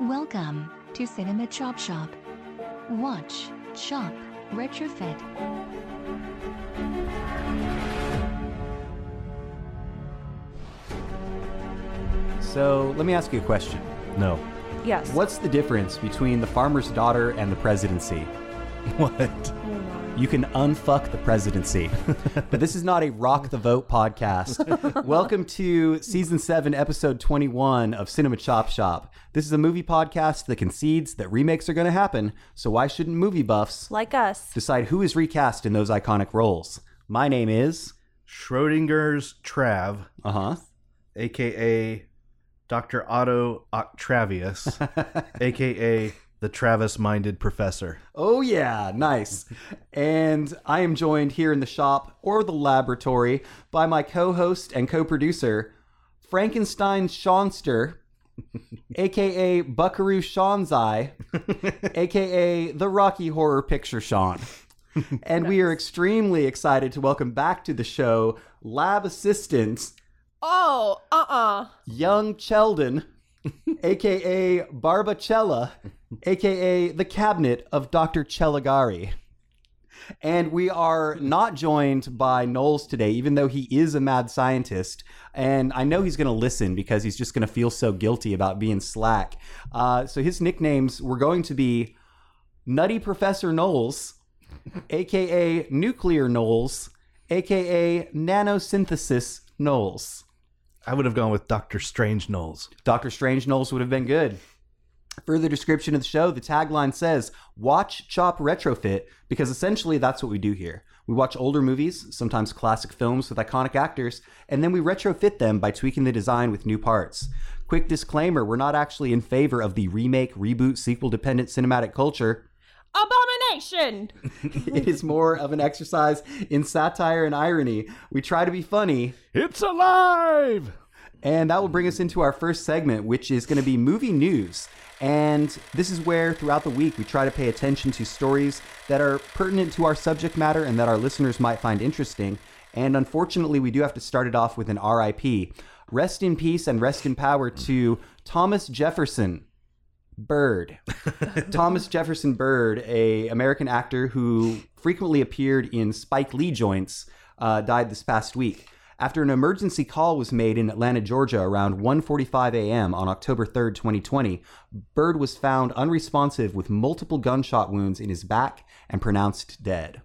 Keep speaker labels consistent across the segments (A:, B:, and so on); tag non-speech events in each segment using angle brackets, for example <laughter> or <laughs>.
A: Welcome to Cinema Chop Shop. Watch, shop, retrofit.
B: So let me ask you a question. No.
C: Yes.
B: What's the difference between the farmer's daughter and the presidency?
D: What?
C: Oh,
B: You can unfuck the presidency. but this is not a Rock the Vote
C: <laughs>
B: podcast. Welcome to season seven, episode 21 of Cinema Chop Shop. This is a movie podcast that concedes that remakes are going to happen. So why shouldn't movie buffs
C: Like us.
B: decide who is recast in those iconic roles? My name is.
D: Schrodinger's Trav,
B: Uh
D: aka Dr. Otto
B: <laughs>
D: Octavius,
B: huh.
D: aka the Travis minded professor.
B: Oh, yeah, nice. And I am joined here in the shop or the laboratory by my co host and co producer, Frankenstein Shawnster, <laughs> aka Buckaroo Shawnzai, aka the Rocky Horror Picture Shawn. And we are extremely excited to welcome back to the show lab assistant
C: Oh, uh uh
B: Young Cheldon, aka Barbacella, aka the cabinet of Dr. Cheligari. And we are not joined by Knowles today, even though he is a mad scientist. And I know he's going to listen because he's just going to feel so guilty about being slack. Uh, so his nicknames were going to be Nutty Professor Knowles, aka Nuclear Knowles, aka Nanosynthesis Knowles.
D: I would have gone with Dr. Strange Knowles.
B: Doctor Strange Knowles would have been good. Further description of the show, the tagline says, Watch, Chop, Retrofit, because essentially that's what we do here. We watch older movies, sometimes classic films with iconic actors, and then we retrofit them by tweaking the design with new parts. Quick disclaimer we're not actually in favor of the remake, reboot, sequel dependent cinematic culture. <laughs>
C: Abomination!
B: It is more of an exercise in satire and irony. We try to be funny,
D: It's alive!
B: And that will bring us into our first segment, which is going to be movie news. And this is where, throughout the week, we try to pay attention to stories that are pertinent to our subject matter and that our listeners might find interesting. And unfortunately, we do have to start it off with an RIP. Rest in peace and rest in power to Thomas Jefferson, Bird. Thomas Jefferson Bird, a American actor who frequently appeared in Spike Lee joints, uh, died this past week after an emergency call was made in Atlanta, Georgia, around 1:45 a.m. on October 3rd, 2020. Bird was found unresponsive with multiple gunshot wounds in his back and pronounced dead.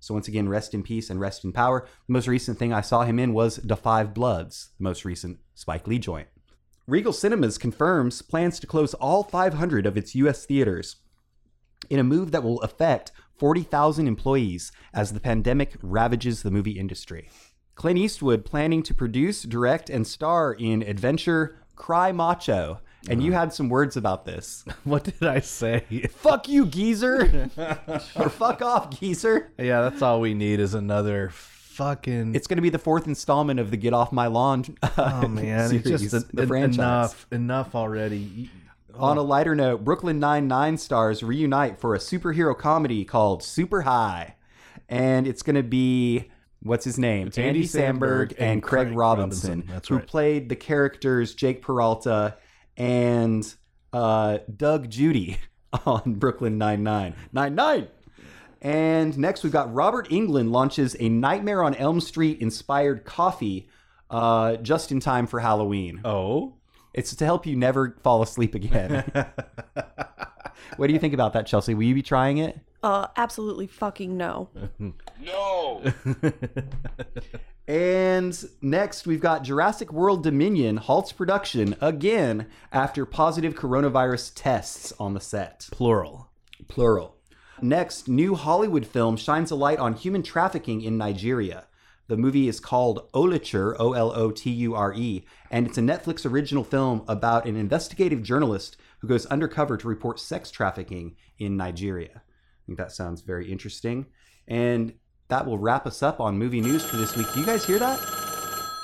B: So once again, rest in peace and rest in power. The most recent thing I saw him in was *The Five Bloods*, the most recent Spike Lee joint. Regal Cinemas confirms plans to close all 500 of its U.S. theaters in a move that will affect 40,000 employees as the pandemic ravages the movie industry. Clint Eastwood planning to produce, direct, and star in adventure Cry Macho. And
D: Uh-huh.
B: you had some words about this. <laughs>
D: What did I say?
B: fuck you,
D: <laughs>
B: geezer. or fuck off, geezer.
D: yeah, that's all we need is another fucking.
B: It's going to be the fourth installment of the Get Off My Lawn <laughs> uh,
D: oh man,
B: <laughs>
D: it's
B: series,
D: just en-
B: the
D: en-
B: franchise.
D: enough, enough already.
B: On
D: Oh.
B: a lighter note, Brooklyn Nine-Nine stars reunite for a superhero comedy called Super High. And it's going to be, what's his name?
D: It's Andy
B: Samberg
D: Samberg
B: and,
D: and
B: Craig,
D: Craig
B: Robinson,
D: Robinson. That's
B: who
D: right.
B: played the characters Jake Peralta and uh, Doug Judy <laughs> on Brooklyn Nine-Nine. Nine-Nine! And next, we've got Robert England launches a Nightmare on Elm Street inspired coffee uh, just in time for Halloween.
D: Oh,
B: It's to help you never fall asleep <laughs> again. what do you think about that, Chelsea? Will you be trying it?
C: Uh, absolutely fucking no.
B: And next, we've got Jurassic World Dominion halts production again after positive coronavirus tests on the set.
D: plural.
B: Plural. Next, new Hollywood film shines a light on human trafficking in Nigeria. The movie is called Olature, O L O T U R E, and it's a Netflix original film about an investigative journalist who goes undercover to report sex trafficking in Nigeria. I think that sounds very interesting. And that will wrap us up on movie news for this week. Do you guys hear that?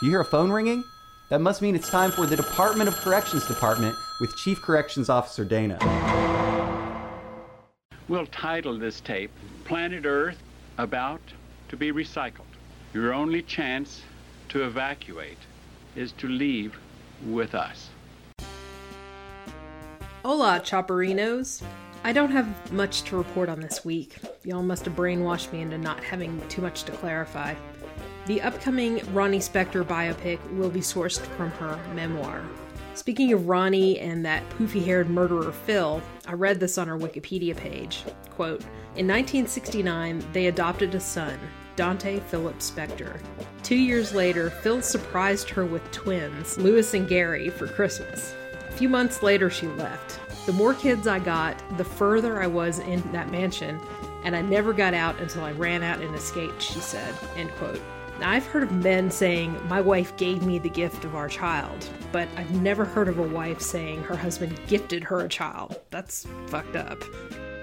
B: Do you hear a phone ringing? That must mean it's time for the Department of Corrections Department with Chief Corrections Officer Dana.
E: We'll title this tape Planet Earth About to Be Recycled. Your only chance to evacuate is to leave with us.
F: Hola, chopperinos. I don't have much to report on this week. Y'all must have brainwashed me into not having too much to clarify. The upcoming Ronnie Spector biopic will be sourced from her memoir. Speaking of Ronnie and that poofy haired murderer Phil, I read this on her Wikipedia page. Quote In 1969, they adopted a son, Dante Philip Spector. Two years later, Phil surprised her with twins, Lewis and Gary, for Christmas. A few months later, she left. The more kids I got, the further I was in that mansion, and I never got out until I ran out and escaped, she said. End quote. Now, I've heard of men saying, My wife gave me the gift of our child, but I've never heard of a wife saying her husband gifted her a child. That's fucked up.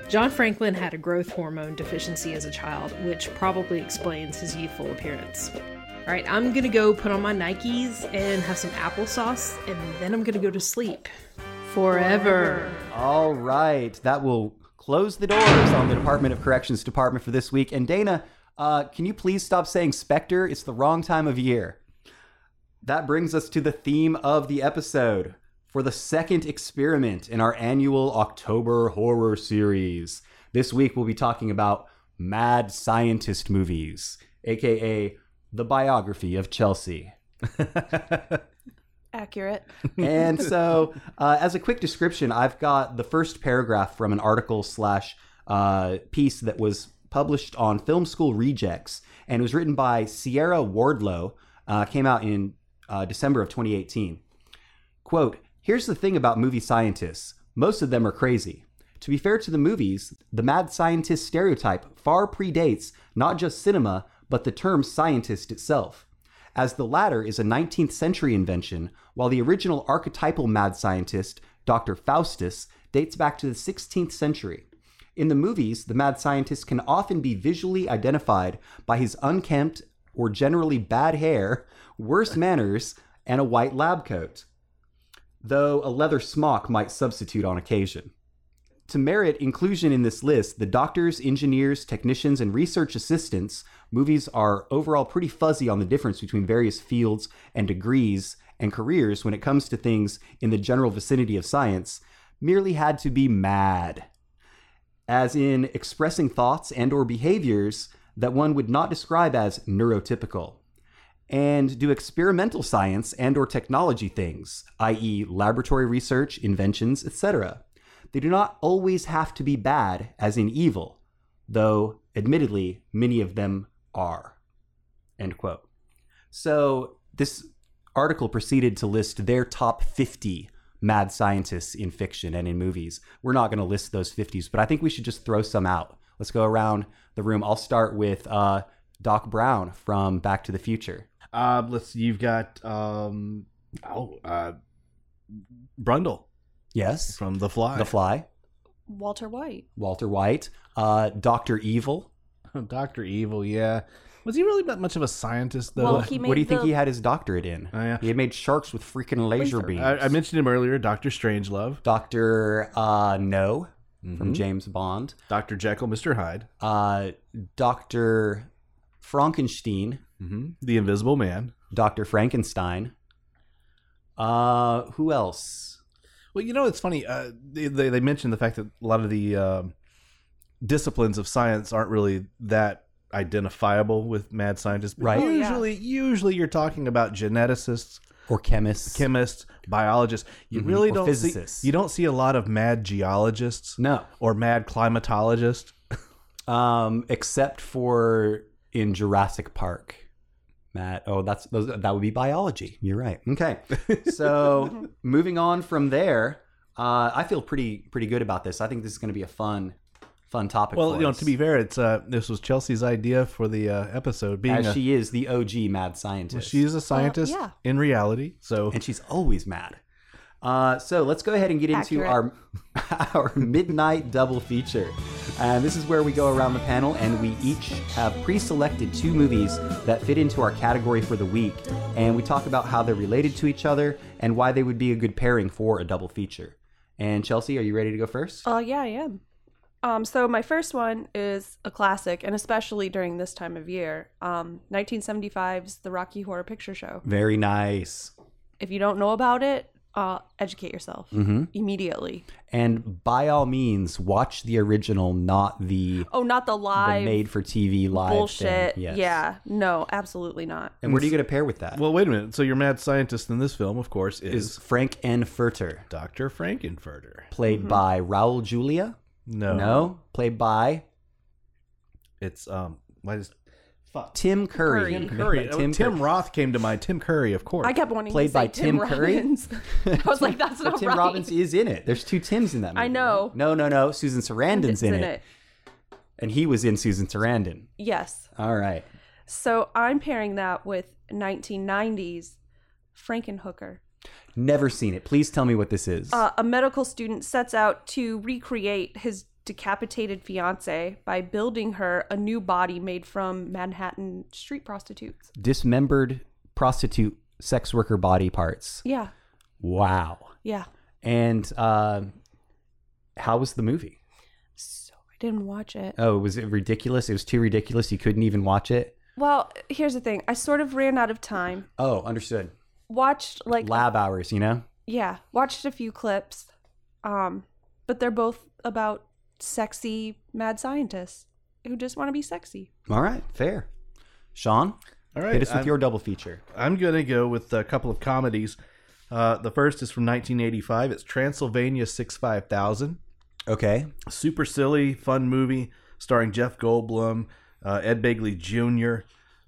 F: John Franklin had a growth hormone deficiency as a child, which probably explains his youthful appearance. All right, I'm gonna go put on my Nikes and have some applesauce, and then I'm gonna go to sleep. Forever.
B: All right, that will close the doors on the Department of Corrections Department for this week. And Dana, uh, can you please stop saying Spectre? It's the wrong time of year. That brings us to the theme of the episode for the second experiment in our annual October horror series. This week we'll be talking about mad scientist movies, aka the biography of Chelsea.
C: Accurate.
B: and so, uh, as a quick description, I've got the first paragraph from an article slash uh, piece that was published on Film School Rejects, and it was written by Sierra Wardlow. Uh, came out in uh, December of 2018. Quote, here's the thing about movie scientists most of them are crazy. To be fair to the movies, the mad scientist stereotype far predates not just cinema, but the term scientist itself. As the latter is a 19th century invention, while the original archetypal mad scientist, Dr. Faustus, dates back to the 16th century. In the movies, the mad scientist can often be visually identified by his unkempt or generally bad hair, worse manners, and a white lab coat, though a leather smock might substitute on occasion. To merit inclusion in this list, the doctors, engineers, technicians, and research assistants, movies are overall pretty fuzzy on the difference between various fields and degrees and careers when it comes to things in the general vicinity of science, merely had to be mad as in expressing thoughts and or behaviors that one would not describe as neurotypical and do experimental science and or technology things i.e. laboratory research inventions etc they do not always have to be bad as in evil though admittedly many of them are end quote so this article proceeded to list their top 50 mad scientists in fiction and in movies. We're not going to list those 50s, but I think we should just throw some out. Let's go around the room. I'll start with uh, Doc Brown from Back to the Future.
D: Uh, let's see, you've got um, oh, uh, Brundle
B: Yes.
D: from The Fly.
B: The Fly,
C: Walter White.
B: Walter White, uh, Doctor Evil.
D: <laughs> Doctor Evil. Yeah, was he really that much of a scientist though?
C: Well, he made
B: what do you think
C: the-
B: he had his doctorate in?
D: Oh, yeah.
B: He had made sharks with freaking laser beams.
D: I, I mentioned him earlier. Doctor Strangelove,
B: Doctor uh, No from
C: Mm-hmm.
D: Mhm.
B: James Bond.
D: Doctor Jekyll, Mister Hyde,
B: Uh, Doctor Frankenstein
D: mm-hmm. The Invisible Man.
B: Dr. Frankenstein. Uh, who else?
D: Well, you know, it's funny. Uh, they, they they mentioned the fact that a lot of the um, disciplines of science aren't really that identifiable with mad scientists. But
B: Right. Oh,
C: yeah.
D: Usually, usually you're talking about geneticists,
B: Or chemists?
D: chemists, biologists. You
B: Mhm.
D: really
B: Or
D: don't
B: physicists.
D: see you don't see a lot of mad geologists
B: no.
D: or mad climatologists.
B: Um, except for in Jurassic Park. Matt, oh, that's those, that would be biology. You're right. Okay,
D: <laughs>
B: so moving on from there, uh, I feel pretty pretty good about this. I think this is going to be a fun fun topic.
D: Well,
B: for
D: you know,
B: us,
D: to be fair, it's uh, this was Chelsea's idea for the uh, episode. Being
B: as
D: a,
B: she is the OG mad scientist,
D: well, she's a scientist
C: yeah.
D: in reality, so
B: <laughs> and she's always mad. Uh, so let's go ahead and get into
C: Accurate.
B: our <laughs> our midnight double feature. And this is where we go around the panel and we each have pre-selected two movies that fit into our category for the week, and we talk about how they're related to each other and why they would be a good pairing for a double feature. And Chelsea, are you ready to go first?
C: Uh, yeah, I am. Um, so my first one is a classic, and especially during this time of year, um, 1975's The Rocky Horror Picture Show.
B: Very nice.
C: If you don't know about it, uh, educate yourself
B: Mm-hmm.
C: immediately.
B: And by all means, watch the original, not the,
C: Oh, not the live
B: made for TV live
C: bullshit.
B: thing. Yes.
C: Yeah, no, absolutely not.
B: And where do you get a pair with that?
D: Well, wait a minute. So your mad scientist in this film, of course, is,
B: is Frank N. Furter,
D: Dr. Frankenfurter.
B: played by Raul Julia?
D: Mm-hmm. No.
B: No, played by
D: It's um why does fuck
B: Tim Curry. <laughs>
C: Curry.
D: Curry.
B: By
D: Oh, Tim,
B: Curry.
D: Roth came to mind. Tim Curry, of <laughs> course.
C: I kept wanting
B: Played
C: to say
B: by
C: Tim,
B: Tim Curry?
C: Robbins. <laughs> I was like, that's
B: But
C: not
B: Tim
C: right.
B: Robbins is in it. There's two Tims in that movie.
C: I know.
B: right? No, no, no. Susan Sarandon's
C: It's
B: in, it. And he was in Susan Sarandon.
C: Yes.
B: All right.
C: So I'm pairing that with 1990s Frankenhooker.
B: Never seen it. Please tell me what this is.
C: Uh, a medical student sets out to recreate his decapitated fiance by building her a new body made from Manhattan street prostitutes.
B: Dismembered prostitute sex worker body parts.
C: Yeah.
B: Wow.
C: Yeah.
B: And uh, how was the movie?
C: So I didn't watch it.
B: Oh, was it ridiculous? It was too ridiculous. You couldn't even watch it.
C: Well, here's the thing. I sort of ran out of time.
B: Oh, understood.
C: Watched like
B: Lab hours, you know?
C: yeah, watched a few clips. Um, but they're both about sexy mad scientists who just want to be sexy.
B: All right. Fair. Sean,
D: All right.
B: hit us with
D: I'm,
B: your double feature.
D: I'm gonna go with a couple of comedies. Uh, the first is from 1985. It's Transylvania 65000.
B: Okay.
D: super silly, fun movie starring Jeff Goldblum, uh, Ed Begley Jr.,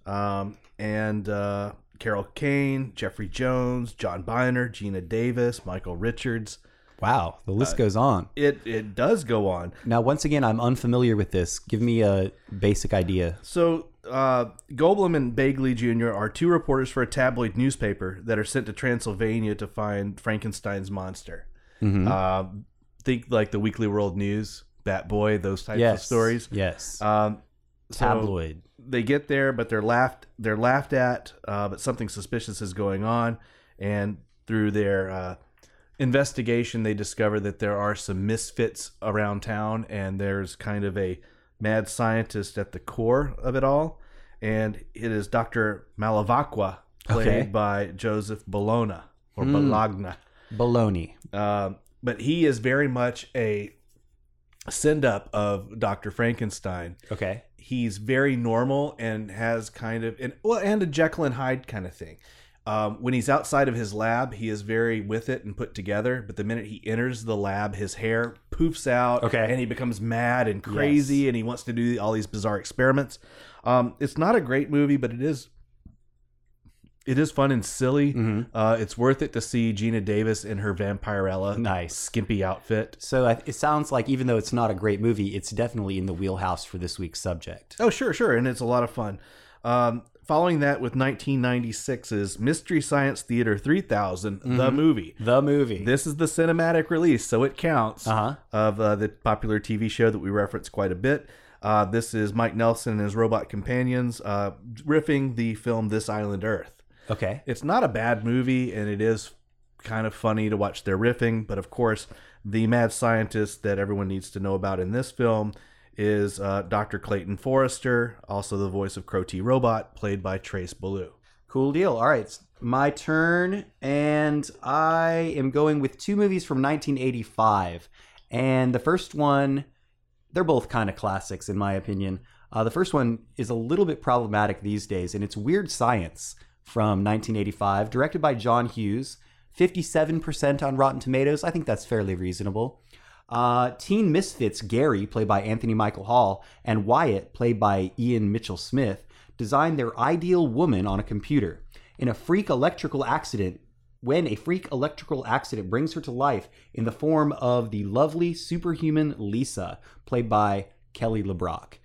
D: um, and uh, Carol Kane, Jeffrey Jones, John Biner, Gina Davis, Michael Richards.
B: Wow. The
D: Uh,
B: list goes on.
D: It it does go on.
B: Now, once again, I'm unfamiliar with this. Give me a basic idea.
D: So uh, Goldblum and Begley Jr. are two reporters for a tabloid newspaper that are sent to Transylvania to find Frankenstein's monster. Uh, think like the Weekly World News, Bat Boy, those types of stories.
B: Yes.
D: Um, so-
B: Tabloid.
D: they get there, but they're laughed they're laughed at. Uh, but something suspicious is going on, and through their uh, investigation, they discover that there are some misfits around town, and there's kind of a mad scientist at the core of it all, and it is Doctor Malavacqua, played
B: Okay.
D: by Joseph Bologna or Bologna.
B: Baloney.
D: Um, but he is very much a send up of Doctor Frankenstein
B: Okay.
D: he's very normal and has kind of and well and a Jekyll and Hyde kind of thing. Um, when he's outside of his lab, he is very with it and put together. But the minute he enters the lab, his hair poofs out,
B: Okay.
D: and he becomes mad and crazy, and he wants to do all these bizarre experiments. Um, it's not a great movie, but it is it is fun and silly.
B: Mm-hmm.
D: Uh, it's worth it to see Gina Davis in her vampirella,
B: Nice.
D: skimpy outfit.
B: So I- it sounds like even though it's not a great movie, it's definitely in the wheelhouse for this week's subject.
D: Oh, sure, sure. And it's a lot of fun. Um, following that with 1996's Mystery Science Theater 3000, the movie.
B: The movie.
D: This is the cinematic release, so it counts,
B: Uh-huh.
D: of uh, the popular TV show that we reference quite a bit. Uh, this is Mike Nelson and his robot companions uh, riffing the film This Island Earth.
B: okay.
D: It's not a bad movie, and it is kind of funny to watch their riffing. But of course, the mad scientist that everyone needs to know about in this film is uh, Dr. Clayton Forrester, also the voice of Crow T Robot, played by Trace Ballou.
B: Cool deal. All right. It's my turn. And I am going with two movies from 1985. And the first one, they're both kind of classics, in my opinion. Uh, the first one is a little bit problematic these days, and it's Weird Science from 1985, directed by John Hughes. 57% on Rotten Tomatoes. I think that's fairly reasonable. Uh, teen misfits Gary, played by Anthony Michael Hall, and Wyatt, played by Ian Mitchell Smith, design their ideal woman on a computer. In a freak electrical accident, when a freak electrical accident brings her to life in the form of the lovely superhuman Lisa, played by Kelly LeBrock.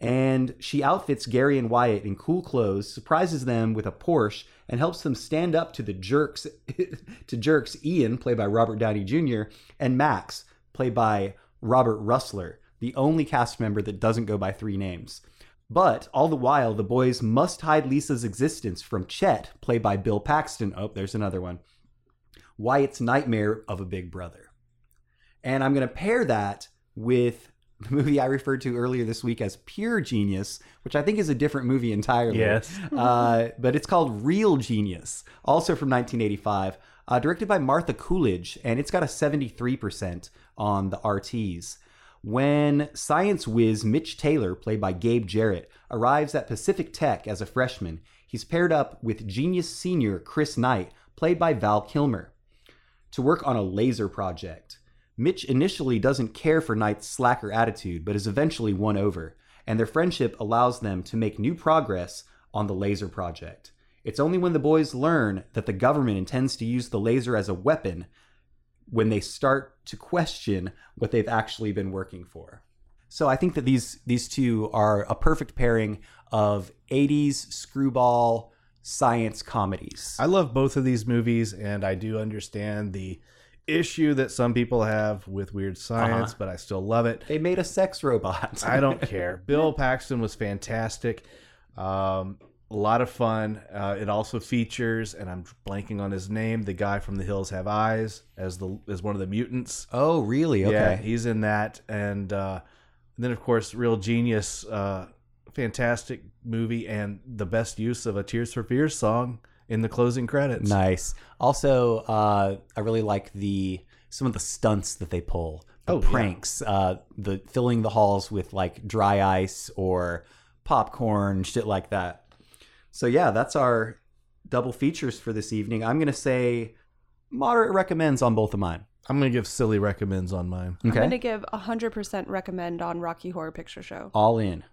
B: And she outfits Gary and Wyatt in cool clothes, surprises them with a Porsche, and helps them stand up to the jerks <laughs> to jerks Ian, played by Robert Downey Jr., and Max, played by Robert Russler, the only cast member that doesn't go by three names. But all the while, the boys must hide Lisa's existence from Chet, played by Bill Paxton. Oh, there's another one. Wyatt's nightmare of a big brother. And I'm going to pair that with <laughs> the movie I referred to earlier this week as Pure Genius, which I think is a different movie entirely.
D: Yes.
B: <laughs> uh, but it's called Real Genius, also from 1985, uh, directed by Martha Coolidge, and it's got a 73% on the RTs. When science whiz Mitch Taylor, played by Gabe Jarrett, arrives at Pacific Tech as a freshman, he's paired up with genius senior Chris Knight, played by Val Kilmer to work on a laser project. Mitch initially doesn't care for Knight's slacker attitude, but is eventually won over, and their friendship allows them to make new progress on the laser project. It's only when the boys learn that the government intends to use the laser as a weapon when they start to question what they've actually been working for. So I think that these these two are a perfect pairing of 80s screwball science comedies.
D: I love both of these movies, and I do understand the issue that some people have with weird science,
B: Uh-huh.
D: but I still love it.
B: they made a sex robot.
D: I don't care. <laughs> Bill Paxton was fantastic. Um, a lot of fun. Uh, it also features, and I'm blanking on his name, the guy from The Hills Have Eyes as the as one of the mutants.
B: Oh, really? Okay.
D: Yeah, he's in that, and uh, then of course, Real Genius, uh, fantastic movie, and the best use of a Tears for Fears song in the closing credits.
B: Nice. Also, uh, I really like the some of the stunts that they pull, the
D: Oh, yeah.
B: pranks, uh, the filling the halls with like dry ice or popcorn, shit like that. So yeah, that's our double features for this evening. I'm gonna say moderate recommends on both of mine.
D: I'm gonna give silly recommends on mine.
B: Okay,
C: I'm going to give 100% recommend on Rocky Horror Picture Show.
B: all in.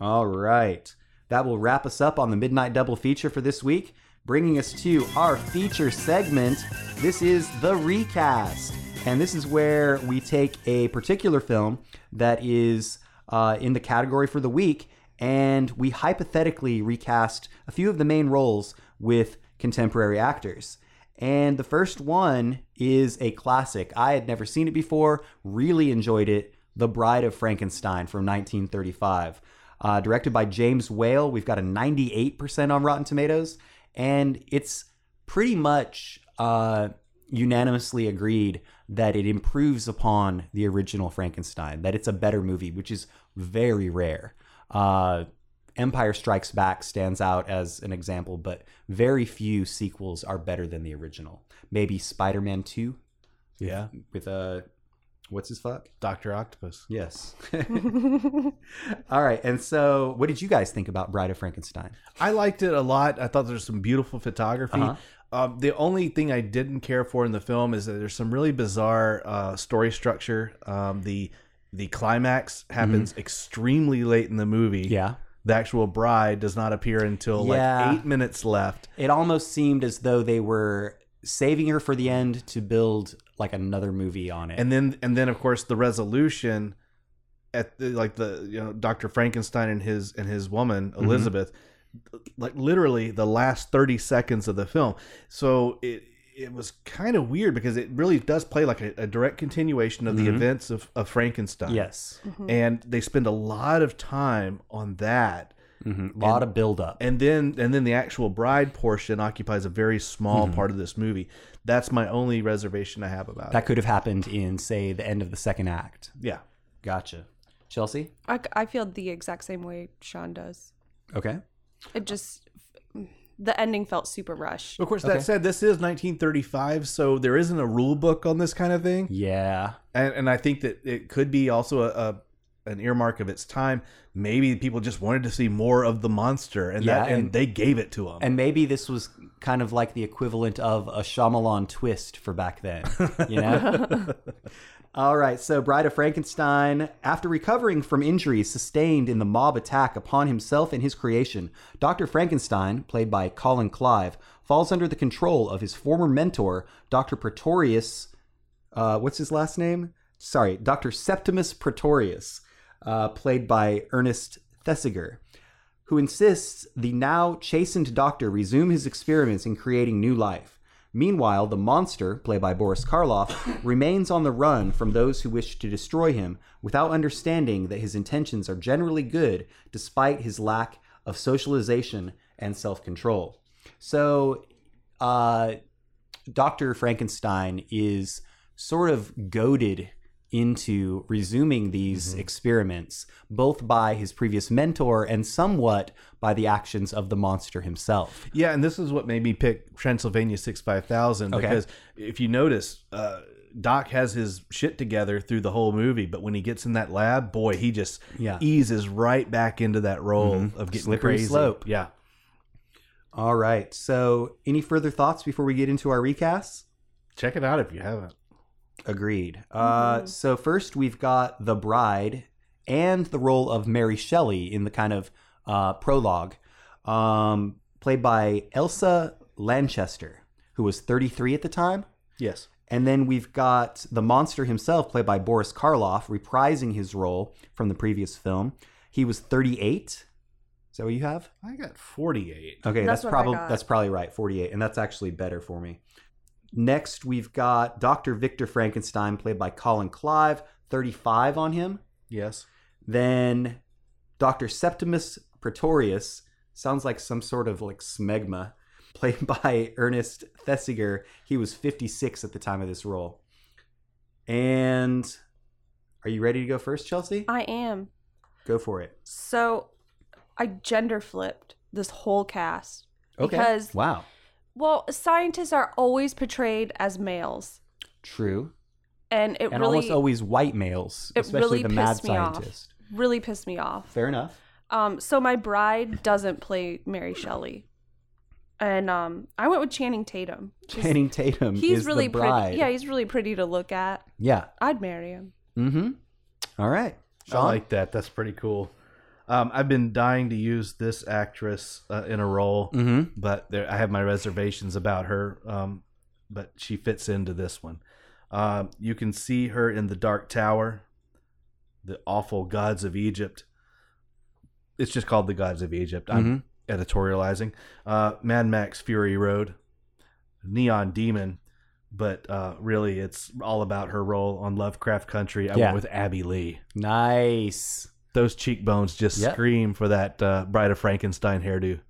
B: All right, that will wrap us up on the midnight double feature for this week. Bringing us to our feature segment. This is the recast. And this is where we take a particular film that is uh, in the category for the week and we hypothetically recast a few of the main roles with contemporary actors. And the first one is a classic. I had never seen it before, really enjoyed it The Bride of Frankenstein from 1935. Uh, directed by James Whale. We've got a 98% on Rotten Tomatoes, and it's pretty much uh, unanimously agreed that it improves upon the original Frankenstein, that it's a better movie, which is very rare. Uh, Empire Strikes Back stands out as an example, but very few sequels are better than the original. Maybe Spider Man 2
D: Yeah,
B: with a. What's his fuck?
D: Doctor Octopus.
B: Yes. <laughs> All right. And so, what did you guys think about Bride of Frankenstein?
D: I liked it a lot. I thought there's some beautiful photography.
B: Uh-huh.
D: Um, the only thing I didn't care for in the film is that there's some really bizarre uh, story structure. Um, the the climax happens extremely late in the movie.
B: Mm-hmm. Yeah.
D: the actual bride does not appear until
B: Yeah.
D: like eight minutes left.
B: It almost seemed as though they were saving her for the end to build like another movie on it.
D: and then and then of course the resolution at the, like the you know Dr. Frankenstein and his and his woman
B: Mm-hmm.
D: Elizabeth like literally the last 30 seconds of the film so it it was kind of weird because it really does play like a, a direct continuation of the events of, of Frankenstein
B: Mm-hmm. yes.
D: and they spend a lot of time on that
B: A lot of build up.
D: and then and then the actual bride portion occupies a very small
B: Mm-hmm.
D: part of this movie that's my only reservation I have about
B: That could have happened in, say, the end of the second act.
D: it yeah
B: Gotcha. Chelsea?
C: I, I feel the exact same way Sean does.
B: Okay.
C: It just, the ending felt super rushed.
D: Of course, that said, this is 1935, so there isn't a rule book on this kind of thing,
B: Yeah.
D: and, and I think that it could be also a, a an earmark of its time. Maybe people just wanted to see more of the monster, and that
B: Yeah,
D: and,
B: and-
D: they gave it to them.
B: And maybe this was kind of like the equivalent of a Shyamalan twist for back then, you know? <laughs> All right, so Bride of Frankenstein, after recovering from injuries sustained in the mob attack upon himself and his creation, Dr. Frankenstein, played by Colin Clive, falls under the control of his former mentor, Dr. Pretorius uh, what's his last name? Sorry, Dr. Septimus Pretorius, uh, played by Ernest Thesiger, who insists the now chastened doctor resume his experiments in creating new life. Meanwhile, the monster, played by Boris Karloff, remains on the run from those who wish to destroy him without understanding that his intentions are generally good despite his lack of socialization and self control. So, uh, Dr. Frankenstein is sort of goaded into resuming these experiments, both by his previous mentor and somewhat by the actions of the monster himself.
D: Yeah, and this is what made me pick Transylvania six five thousand
B: Okay.
D: because if you notice, uh, Doc has his shit together through the whole movie, but when he gets in that lab, boy, he just
B: Yeah. Mm-hmm.
D: eases right back into that role of getting
B: Slippery
D: crazy.
B: slope.
D: Yeah.
B: All right. So, any further thoughts before we get into our recasts?
D: Check it out if you haven't.
B: Agreed. Uh, so first we've got the bride and the role of Mary Shelley in the kind of uh, prologue, um, played by Elsa Lanchester, who was 33 at the time.
D: Yes.
B: And then we've got the monster himself, played by Boris Karloff, reprising his role from the previous film. He was 38. Is that what you have?
D: I got forty eight.
B: Okay,
C: That's
B: that's,
C: what I
B: probably
C: got.
B: that's probably right, 48, and that's actually better for me. Next, we've got Dr. Victor Frankenstein played by Colin Clive, 35 on him.
D: Yes.
B: Then Dr. Septimus Pretorius, sounds like some sort of like smegma, <laughs> played by Ernest Thesiger. He was 56 at the time of this role. And are you ready to go first, Chelsea?
C: I am.
B: Go for it.
C: So I gender flipped this whole cast.
B: Okay.
C: Because-
B: wow.
C: Well, scientists are always portrayed as males.
B: True.
C: And it
B: and
C: really
B: almost always white males,
C: it
B: especially
C: really
B: the mad
C: pissed me off.
B: scientist.
C: really pissed me off.
B: Fair enough.
C: Um, so my bride doesn't play Mary Shelley. And um, I went with Channing Tatum. Just-
B: Channing Tatum
C: He's
B: is
C: really
B: the bride.
C: pretty. Yeah, he's really pretty to look at.
B: yeah.
C: I'd marry him.
B: Mm-hmm. All right. Sean?
D: I like that. That's pretty cool. Um, I've been dying to use this actress uh, in a role,
B: Mm-hmm.
D: but there, I have my reservations about her. Um, but she fits into this one. Um, you can see her in the Dark Tower, the awful gods of Egypt. It's just called the gods of Egypt. I'm
B: Mm-hmm.
D: editorializing. Uh, Mad Max Fury Road, Neon Demon, but uh, really it's all about her role on Lovecraft Country. I
B: Yeah.
D: went with Abby Lee
B: Nice.
D: those cheekbones just
B: Yep.
D: scream for that uh, Bride of Frankenstein hairdo.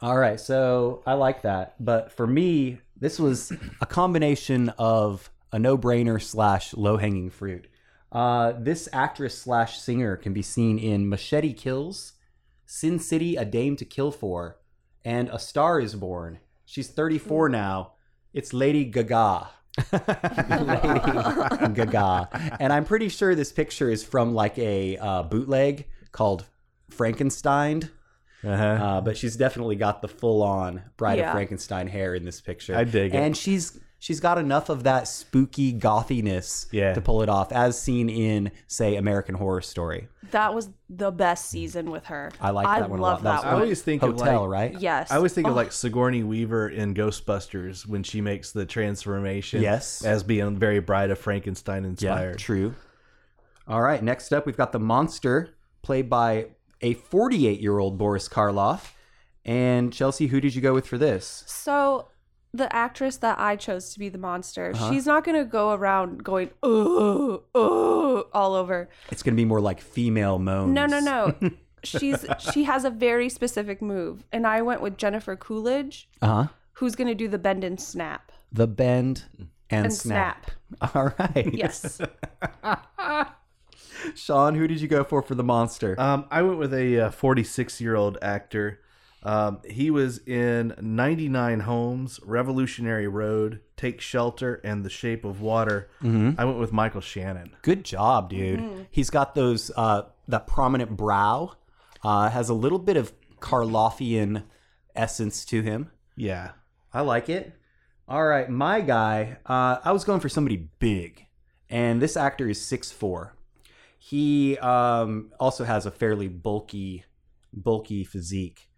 B: All right. So I like that. But for me, this was a combination of a no brainer slash low hanging fruit. Uh, this actress slash singer can be seen in Machete Kills, Sin City, A Dame to Kill For, and A Star is Born. She's 34 now. It's Lady Gaga. Lady Gaga. And I'm pretty sure this picture is from like a uh, bootleg called Frankenstein.
D: Uh-huh.
B: <laughs> Uh, but she's definitely got the full on Bride of
C: Yeah.
B: Frankenstein hair in this picture.
D: I dig it.
B: And she's she's got enough of that spooky gothiness
D: Yeah.
B: to pull it off, as seen in, say, American Horror Story.
C: That was the best season with her.
B: I like that one a lot.
C: love
B: That was
C: that
D: I
B: fun.
C: one.
D: always think of
B: Hotel,
D: like,
B: right?
C: Yes.
D: I always think
C: Oh,
D: of like Sigourney Weaver in Ghostbusters when she makes the transformation.
B: Yes.
D: as being very Bride of Frankenstein inspired.
B: True. All right. Next up, we've got the monster played by a 48 year old Boris Karloff. And Chelsea, who did you go with for this?
C: So the actress that I chose to be the monster,
B: Uh-huh.
C: she's not gonna go around going oh oh all over.
B: It's going to be more like female moans.
C: No, no, no. she's she has a very specific move, and I went with Jennifer Coolidge,
B: Uh huh.
C: who's gonna do the bend and snap.
B: <laughs> The bend and,
C: And
B: snap. <laughs> All right.
C: Yes.
B: Sean, who did you go for for the monster?
D: Um, I went with a 46 year old actor. Um, he was in 99 Homes, Revolutionary Road, Take Shelter, and The Shape of Water. I went with Michael Shannon.
B: Good job, dude. He's got those uh, that prominent brow. Uh, has a little bit of Karloffian essence to him.
D: Yeah.
B: I like it. All right, my guy. Uh, I was going for somebody big, and this actor is six four. He um, also has a fairly bulky, bulky physique.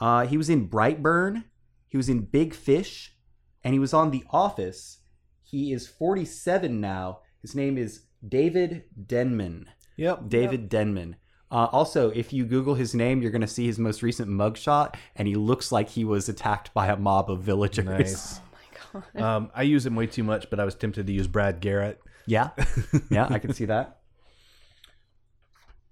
B: Uh, he was in Brightburn. He was in Big Fish, and he was on The Office. He is forty seven now. His name is David Denman.
D: Yep.
B: David Denman. Uh, also, if you Google his name, you're going to see his most recent mugshot, and he looks like he was attacked by a mob of villagers.
D: Nice.
C: God.
D: Um, I use him way too much, but I was tempted to use Brad Garrett.
G: <laughs>
B: Yeah, yeah, I can see that.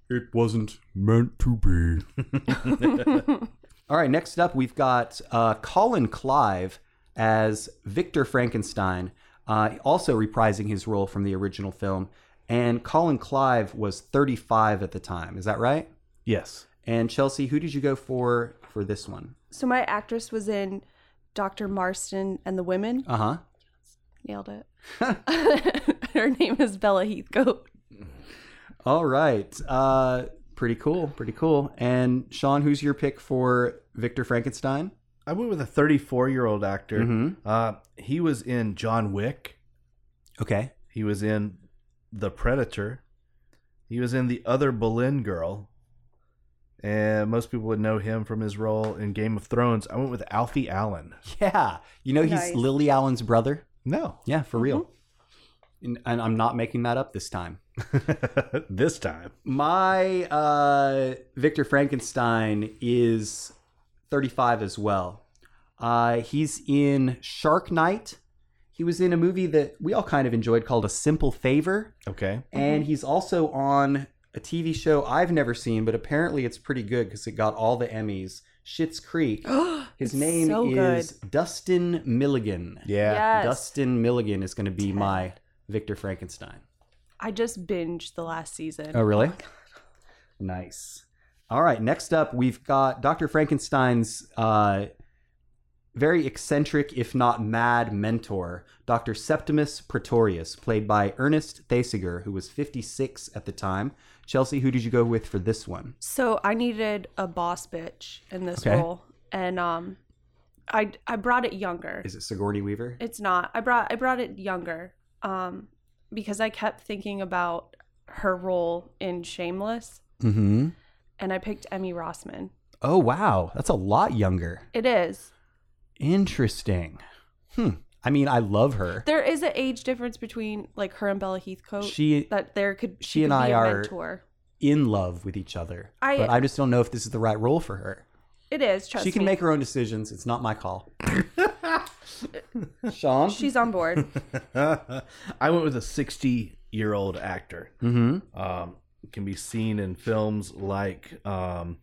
G: It wasn't meant to be.
B: <laughs> All right, next up, we've got uh, Colin Clive as Victor Frankenstein, uh, also reprising his role from the original film. And Colin Clive was 35 at the time. Is that right?
D: Yes.
B: And Chelsea, who did you go for for this one?
C: So my actress was in Dr. Marston and the Women.
B: Uh huh.
C: Nailed it. <laughs> Her name is Bella Heathcote.
B: All right. Uh, pretty cool. Pretty cool. And Sean, who's your pick for Victor Frankenstein?
D: I went with a 34 year old actor. Uh, he was in John Wick.
B: Okay.
D: He was in The Predator. He was in The Other Boleyn Girl. And most people would know him from his role in Game of Thrones. I went with Alfie Allen.
B: Yeah. You know, he's
C: Nice.
B: Lily Allen's brother.
D: No. <laughs>
B: Yeah, for real. And, and I'm not making that up this time.
D: this time.
B: My uh, Victor Frankenstein is 35 as well. Uh, he's in Shark Night. He was in a movie that we all kind of enjoyed called A Simple Favor.
D: Okay.
C: Mm-hmm.
B: And he's also on a TV show I've never seen, but apparently it's pretty good because it got all the Emmys. Schitt's Creek. His
C: <gasps> It's
B: name
C: so
B: is Dustin Milligan.
D: Yeah.
C: Yes.
B: Dustin Milligan is going to be my Victor Frankenstein.
C: I just binged the last season.
B: Oh, really? nice. All right. Next up, we've got Dr. Frankenstein's uh, very eccentric, if not mad, mentor, Dr. Septimus Pretorius, played by Ernest Thesiger, who was 56 at the time. Chelsea, who did you go with for this one?
C: So I needed a boss bitch in this
B: Okay.
C: role, and um, I I brought it younger.
B: Is it Sigourney Weaver?
C: It's not. I brought I brought it younger, um, because I kept thinking about her role in Shameless,
B: Mm hmm.
C: and I picked Emmy Rossman.
B: Oh, wow. That's a lot younger.
C: It is.
B: Interesting. Hmm. I mean, I love her.
C: There is an age difference between like her and Bella Heathcote.
B: She-
C: that there could
B: she
C: could
B: and I
C: be a
B: are-
C: mentor.
B: In love with each other.
C: I-
B: but I just don't know if this is the right role for her.
C: It is. Trust
B: she can
C: me.
B: make her own decisions. It's not my call. <laughs> Sean?
C: She's
B: <laughs>
C: on board.
D: <laughs> I went with a 60 year old actor.
B: Mm-hmm.
D: um, can be seen in films like um,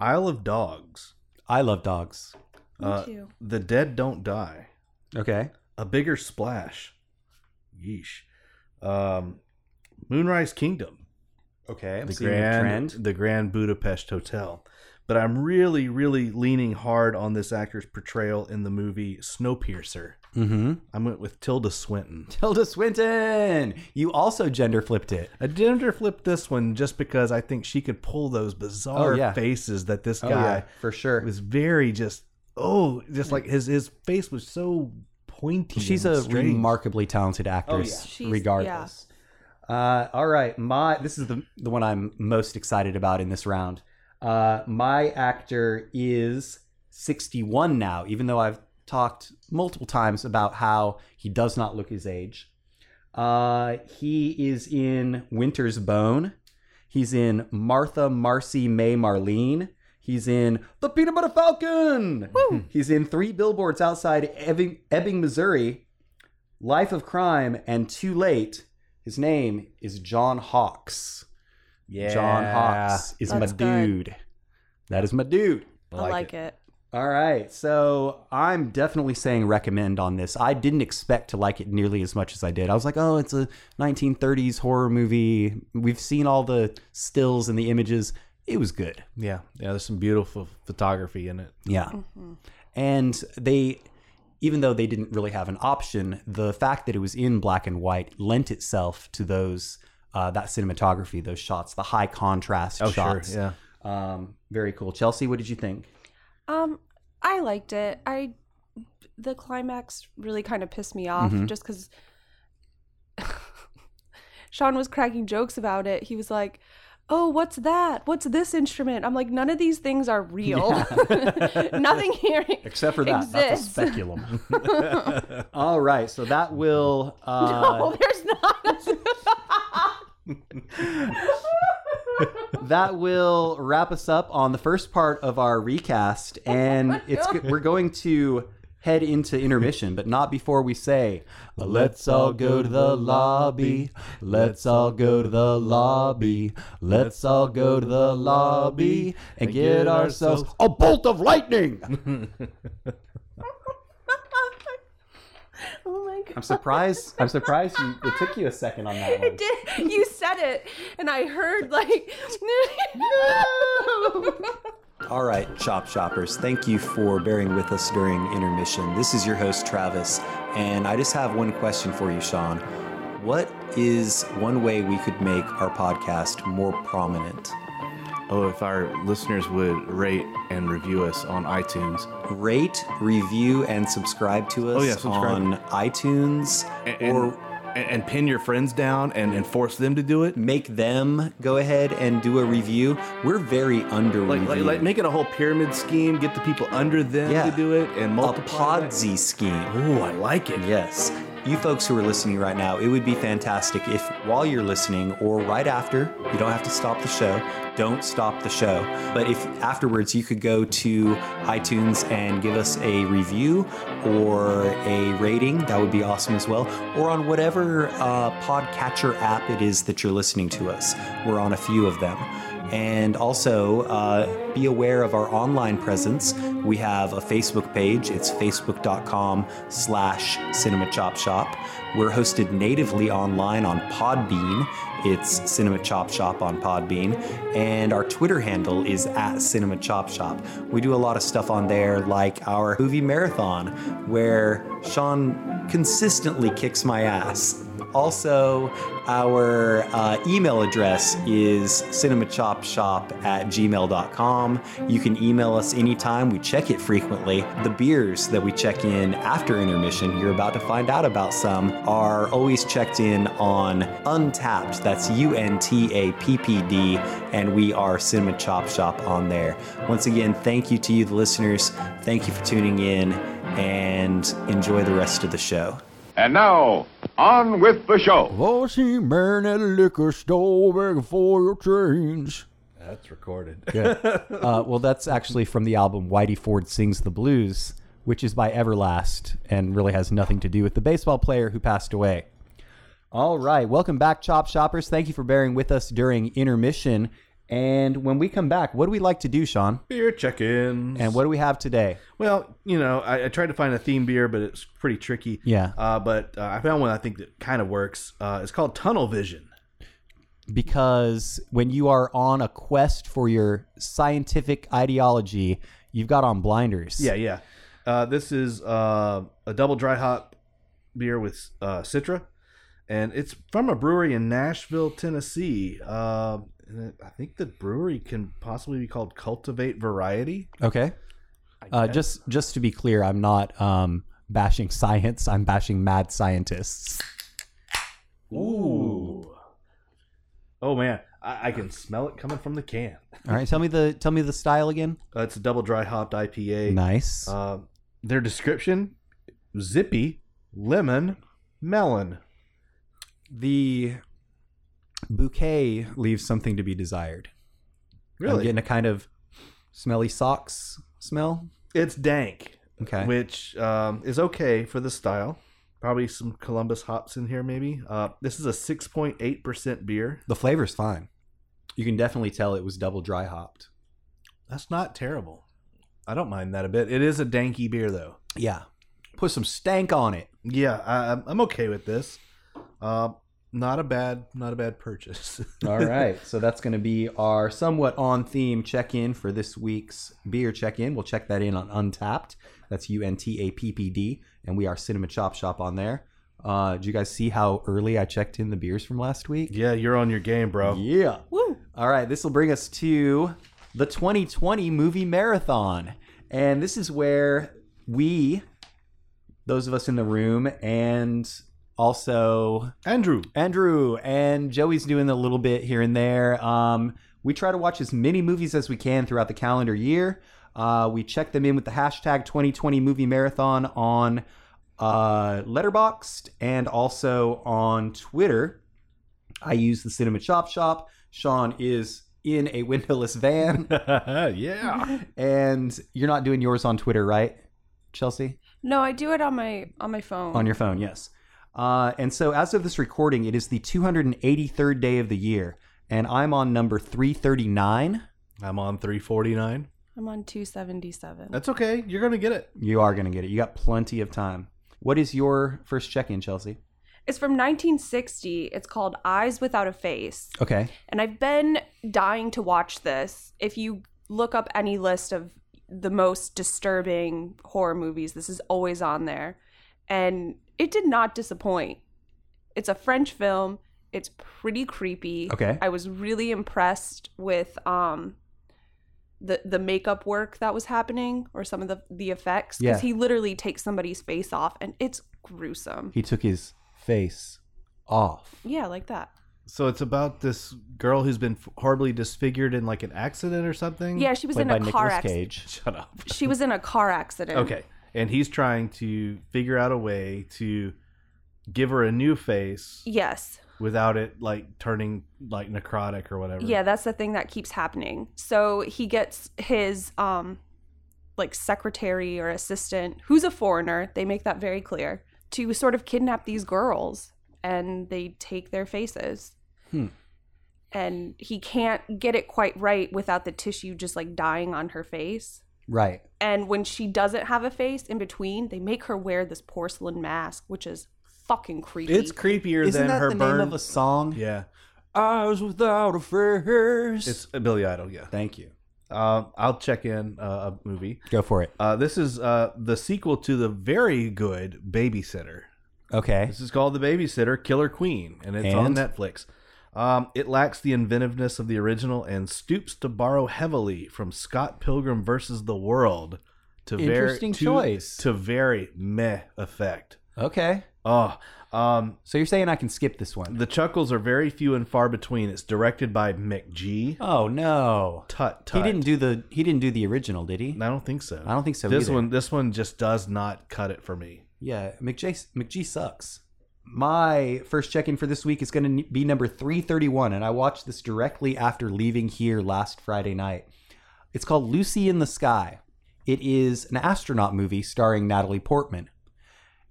D: Isle of Dogs,
B: I love dogs.
C: Me
D: Uh,
C: too.
D: The Dead Don't Die,
B: Okay.
D: A Bigger Splash, Yeesh, um, Moonrise Kingdom,
B: Okay. I'm
D: the
B: seeing a
D: Grand, the Grand Budapest Hotel. But I'm really, really leaning hard on this actor's portrayal in the movie Snowpiercer.
B: Mm-hmm.
D: I went with Tilda Swinton.
B: Tilda Swinton. You also gender flipped it.
D: I gender flip this one just because I think she could pull those bizarre
B: yeah.
D: faces that this guy
B: Oh, for sure.
D: was very just oh just like his his face was so pointy
B: She's
D: and
B: a
D: strange.
B: remarkably talented actress,
C: She's-
B: regardless. Uh, all right, my this is the the one I'm most excited about in this round. Uh, my actor is 61 now, even though I've talked multiple times about how he does not look his age. Uh, he is in Winter's Bone. He's in Martha, Marcy, May, Marlene. He's in The Peanut Butter Falcon. He's in three billboards outside Ebbing, Ebbing, Missouri. Life of Crime and Too Late. His name is John Hawks.
D: yeah
B: John Hawks is
C: That's
B: my
C: good.
B: dude. That is my dude.
C: I like, it.
B: All right. So I'm definitely saying recommend on this. I didn't expect to like it nearly as much as I did. I was like, oh, it's a 1930s horror movie. We've seen all the stills and the images. It was good.
D: yeah yeah there's some beautiful photography in it
B: Yeah. And they, even though they didn't really have an option, the fact that it was in black and white lent itself to those, uh, that cinematography, those shots, the high contrast shots.
D: yeah
B: Um, very cool. Chelsea, what did you think?
C: Um, I liked it. I the climax really kind of pissed me off
B: Mm-hmm.
C: just because <laughs> Sean was cracking jokes about it. He was like, "Oh, what's that? What's this instrument?" I'm like, "None of these things are real. <laughs> Nothing here
B: Except for that,
C: exists."
B: that's a speculum. <laughs> All right, so that will. Uh,
C: <laughs> no, there's not.
B: <laughs>
C: <laughs>
B: that will wrap us up on the first part of our recast, <laughs> and it's we're going to head into intermission, but not before we say, "Let's all go to the lobby. Let's all go to the lobby. Let's all go to the lobby and get ourselves a bolt <laughs> of lightning."
C: oh my
B: I'm surprised. I'm surprised you, it took you a second on that one.
C: It <laughs> did. You said it, and I heard like. <laughs>
H: All right, Chop Shoppers, thank you for bearing with us during intermission. This is your host, Travis, and I just have one question for you, Sean. What is one way we could make our podcast more prominent?
I: Oh, if our listeners would rate and review us on iTunes.
H: Rate, review, and subscribe to us
I: Oh, yeah, subscribe.
H: on iTunes
I: And, and-
H: or
I: and, and pin your friends down and, and force them to do it.
H: make them go ahead and do a review. We're very under
I: Like, like, like make it a whole pyramid scheme, get the people under them
H: Yeah.
I: to do it and
H: a
I: multiply. that.
H: Podsy scheme.
I: Oh, I like it.
H: Yes. You folks who are listening right now, it would be fantastic if while you're listening or right after, you don't have to stop the show. Don't stop the show. But if afterwards you could go to iTunes and give us a review or a rating, that would be awesome as well. Or on whatever uh, podcatcher app it is that you're listening to us, we're on a few of them. And also, uh, be aware of our online presence. We have a Facebook page. It's facebook.com slash Cinema Chop Shop. We're hosted natively online on Podbean. It's Cinema Chop Shop on Podbean. And our Twitter handle is at Cinema Chop Shop. We do a lot of stuff on there, like our movie marathon, where Sean consistently kicks my ass. Also, our uh, email address is cinemachopshop at gmail.com. You can email us anytime. We check it frequently. The beers that we check in after intermission, you're about to find out about some, are always checked in on Untapped. That's U N T A P P D. And we are Cinema Chop Shop on there. Once again, thank you to you, the listeners. Thank you for tuning in and enjoy the rest of the show.
J: And now, on with the show.
G: I Oh, see man at a liquor store begging for your change.
D: That's recorded.
I: <laughs>
B: Uh, well, that's actually from the album Whitey Ford Sings the Blues, which is by Everlast and really has nothing to do with the baseball player who passed away. All right. Welcome back, Chop Shoppers. Thank you for bearing with us during intermission. And when we come back, what do we like to do, Sean?
D: Beer check-ins.
B: And what do we have today?
D: Well, you know, I, I tried to find a theme beer, but it's pretty tricky.
B: Yeah.
D: Uh, but uh, I found one I think that kind of works. Uh, it's called Tunnel Vision.
B: Because when you are on a quest for your scientific ideology, you've got on blinders.
D: Yeah, yeah. Uh, this is uh, a double dry hop beer with uh, Citra, and it's from a brewery in Nashville, Tennessee. Uh, and I think the brewery can possibly be called Cultivate Variety.
B: Okay. Uh, just just to be clear, I'm not um, bashing science. I'm bashing mad scientists.
D: Ooh. Oh man, I, I can smell it coming from the can.
B: All right, tell me the tell me the style again.
D: Uh, it's a double dry hopped IPA.
B: Nice.
D: Uh, their description: zippy, lemon, melon.
B: the bouquet leaves something to be desired. I'm getting a kind of smelly socks smell.
D: it's dank,
B: Okay.
D: which um, is okay for the style. Probably some Columbus hops in here, maybe. Uh, this is a 6.8% beer.
B: the flavor's fine. You can definitely tell it was double dry hopped.
D: That's not terrible. I don't mind that a bit. It is a danky beer, though.
B: Yeah. Put some stank on it.
D: Yeah, I, I'm- I'm okay with this. Uh, not a bad, not a bad purchase. <laughs>
B: All right. So that's going to be our somewhat on theme check in for this week's beer check in. We'll check that in on Untapped. That's U N T A P P D. And we are Cinema Chop Shop on there. Uh, did you guys see how early I checked in the beers from last week?
D: yeah, you're on your game, bro.
B: Yeah. All right. This will bring us to the 2020 movie marathon. And this is where we, those of us in the room, and also
D: Andrew,
B: Andrew and Joey's doing a little bit here and there. Um, we try to watch as many movies as we can throughout the calendar year. Uh, we check them in with the hashtag 2020 Movie Marathon on uh, Letterboxd and also on Twitter. I use the Cinema Chop Shop. Sean is in a windowless van,
D: yeah.
B: and you're not doing yours on Twitter, right, Chelsea?
C: no, I do it on my on my phone.
B: On your phone, yes. Uh, and so, as of this recording, it is the 283rd day of the year, and I'm on number 339.
D: I'm on 349.
C: I'm on two seventy seven.
D: That's okay. You're gonna get it.
B: You are going to get it. You got plenty of time. What is your first check in, Chelsea?
C: It's from 1960. It's called Eyes Without a Face.
B: Okay.
C: And I've been dying to watch this. If you look up any list of the most disturbing horror movies, this is always on there. And it did not disappoint. It's a French film. It's pretty creepy.
B: Okay.
C: I was really impressed with um the the makeup work that was happening or some of the the effects
B: Yeah.
C: because he literally takes somebody's face off and it's gruesome.
B: He took his face off.
C: Yeah, like that.
D: So it's about this girl who's been f- horribly disfigured in like an accident or
B: Mm.
D: something.
C: Yeah, she was in a car accident.
D: <laughs> Shut up.
C: She was in a car accident.
D: Okay, and he's trying to figure out a way to give her a new face
C: Yes.
D: without it like turning like necrotic or whatever.
C: Yeah, that's the thing that keeps happening. So he gets his um like secretary or assistant, who's a foreigner, they make that very clear, to sort of kidnap these girls and they take their faces.
B: Hmm.
C: And he can't get it quite right without the tissue just like dying on her face.
B: Right.
C: And when she doesn't have a face in between, they make her wear this porcelain mask, which is fucking creepy.
D: It's creepier
B: Isn't
D: than
B: that
D: her
B: the
D: burn.
B: name of a song?
D: yeah,
G: Eyes without a face.
D: it's uh, Billy Idol. Yeah,
B: Thank you.
D: um, I'll check in uh, a movie.
B: Go for it.
D: Uh, this is uh, the sequel to the very good Babysitter.
B: Okay.
D: This is called The Babysitter Killer Queen, and it's on
B: And?
D: Netflix. Um, it lacks the inventiveness of the original and stoops to borrow heavily from Scott Pilgrim versus the World to
B: Interesting
D: very, to-
B: choice.
D: to very meh effect.
B: Okay.
D: Oh, um,
B: So you're saying I can skip this one?
D: the chuckles are very few and far between. It's directed by Mick G.
B: Oh no.
D: Tut tut.
B: He didn't do the he didn't do the original, did he?
D: I don't think so.
B: I don't think so
D: This
B: either.
D: one, this one just does not cut it for me.
B: Yeah, McJ McG sucks. My first check-in for this week is going to be number 331 and I watched this directly after leaving here last Friday night. It's called Lucy in the Sky. It is an astronaut movie starring Natalie Portman.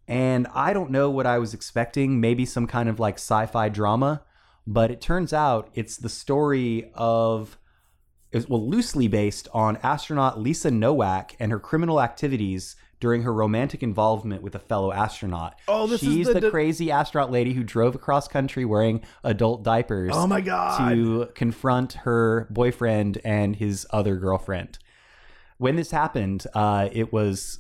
B: And I don't know what I was expecting, maybe some kind of like sci-fi drama, but it turns out it's the story of is well loosely based on astronaut Lisa Nowak and her criminal activities during her romantic involvement with a fellow astronaut.
D: Oh, this is
B: She's
D: the
B: the,
D: di-
B: crazy astronaut lady who drove across country wearing adult diapers
D: Oh my god!
B: to confront her boyfriend and his other girlfriend. When this happened, uh, it was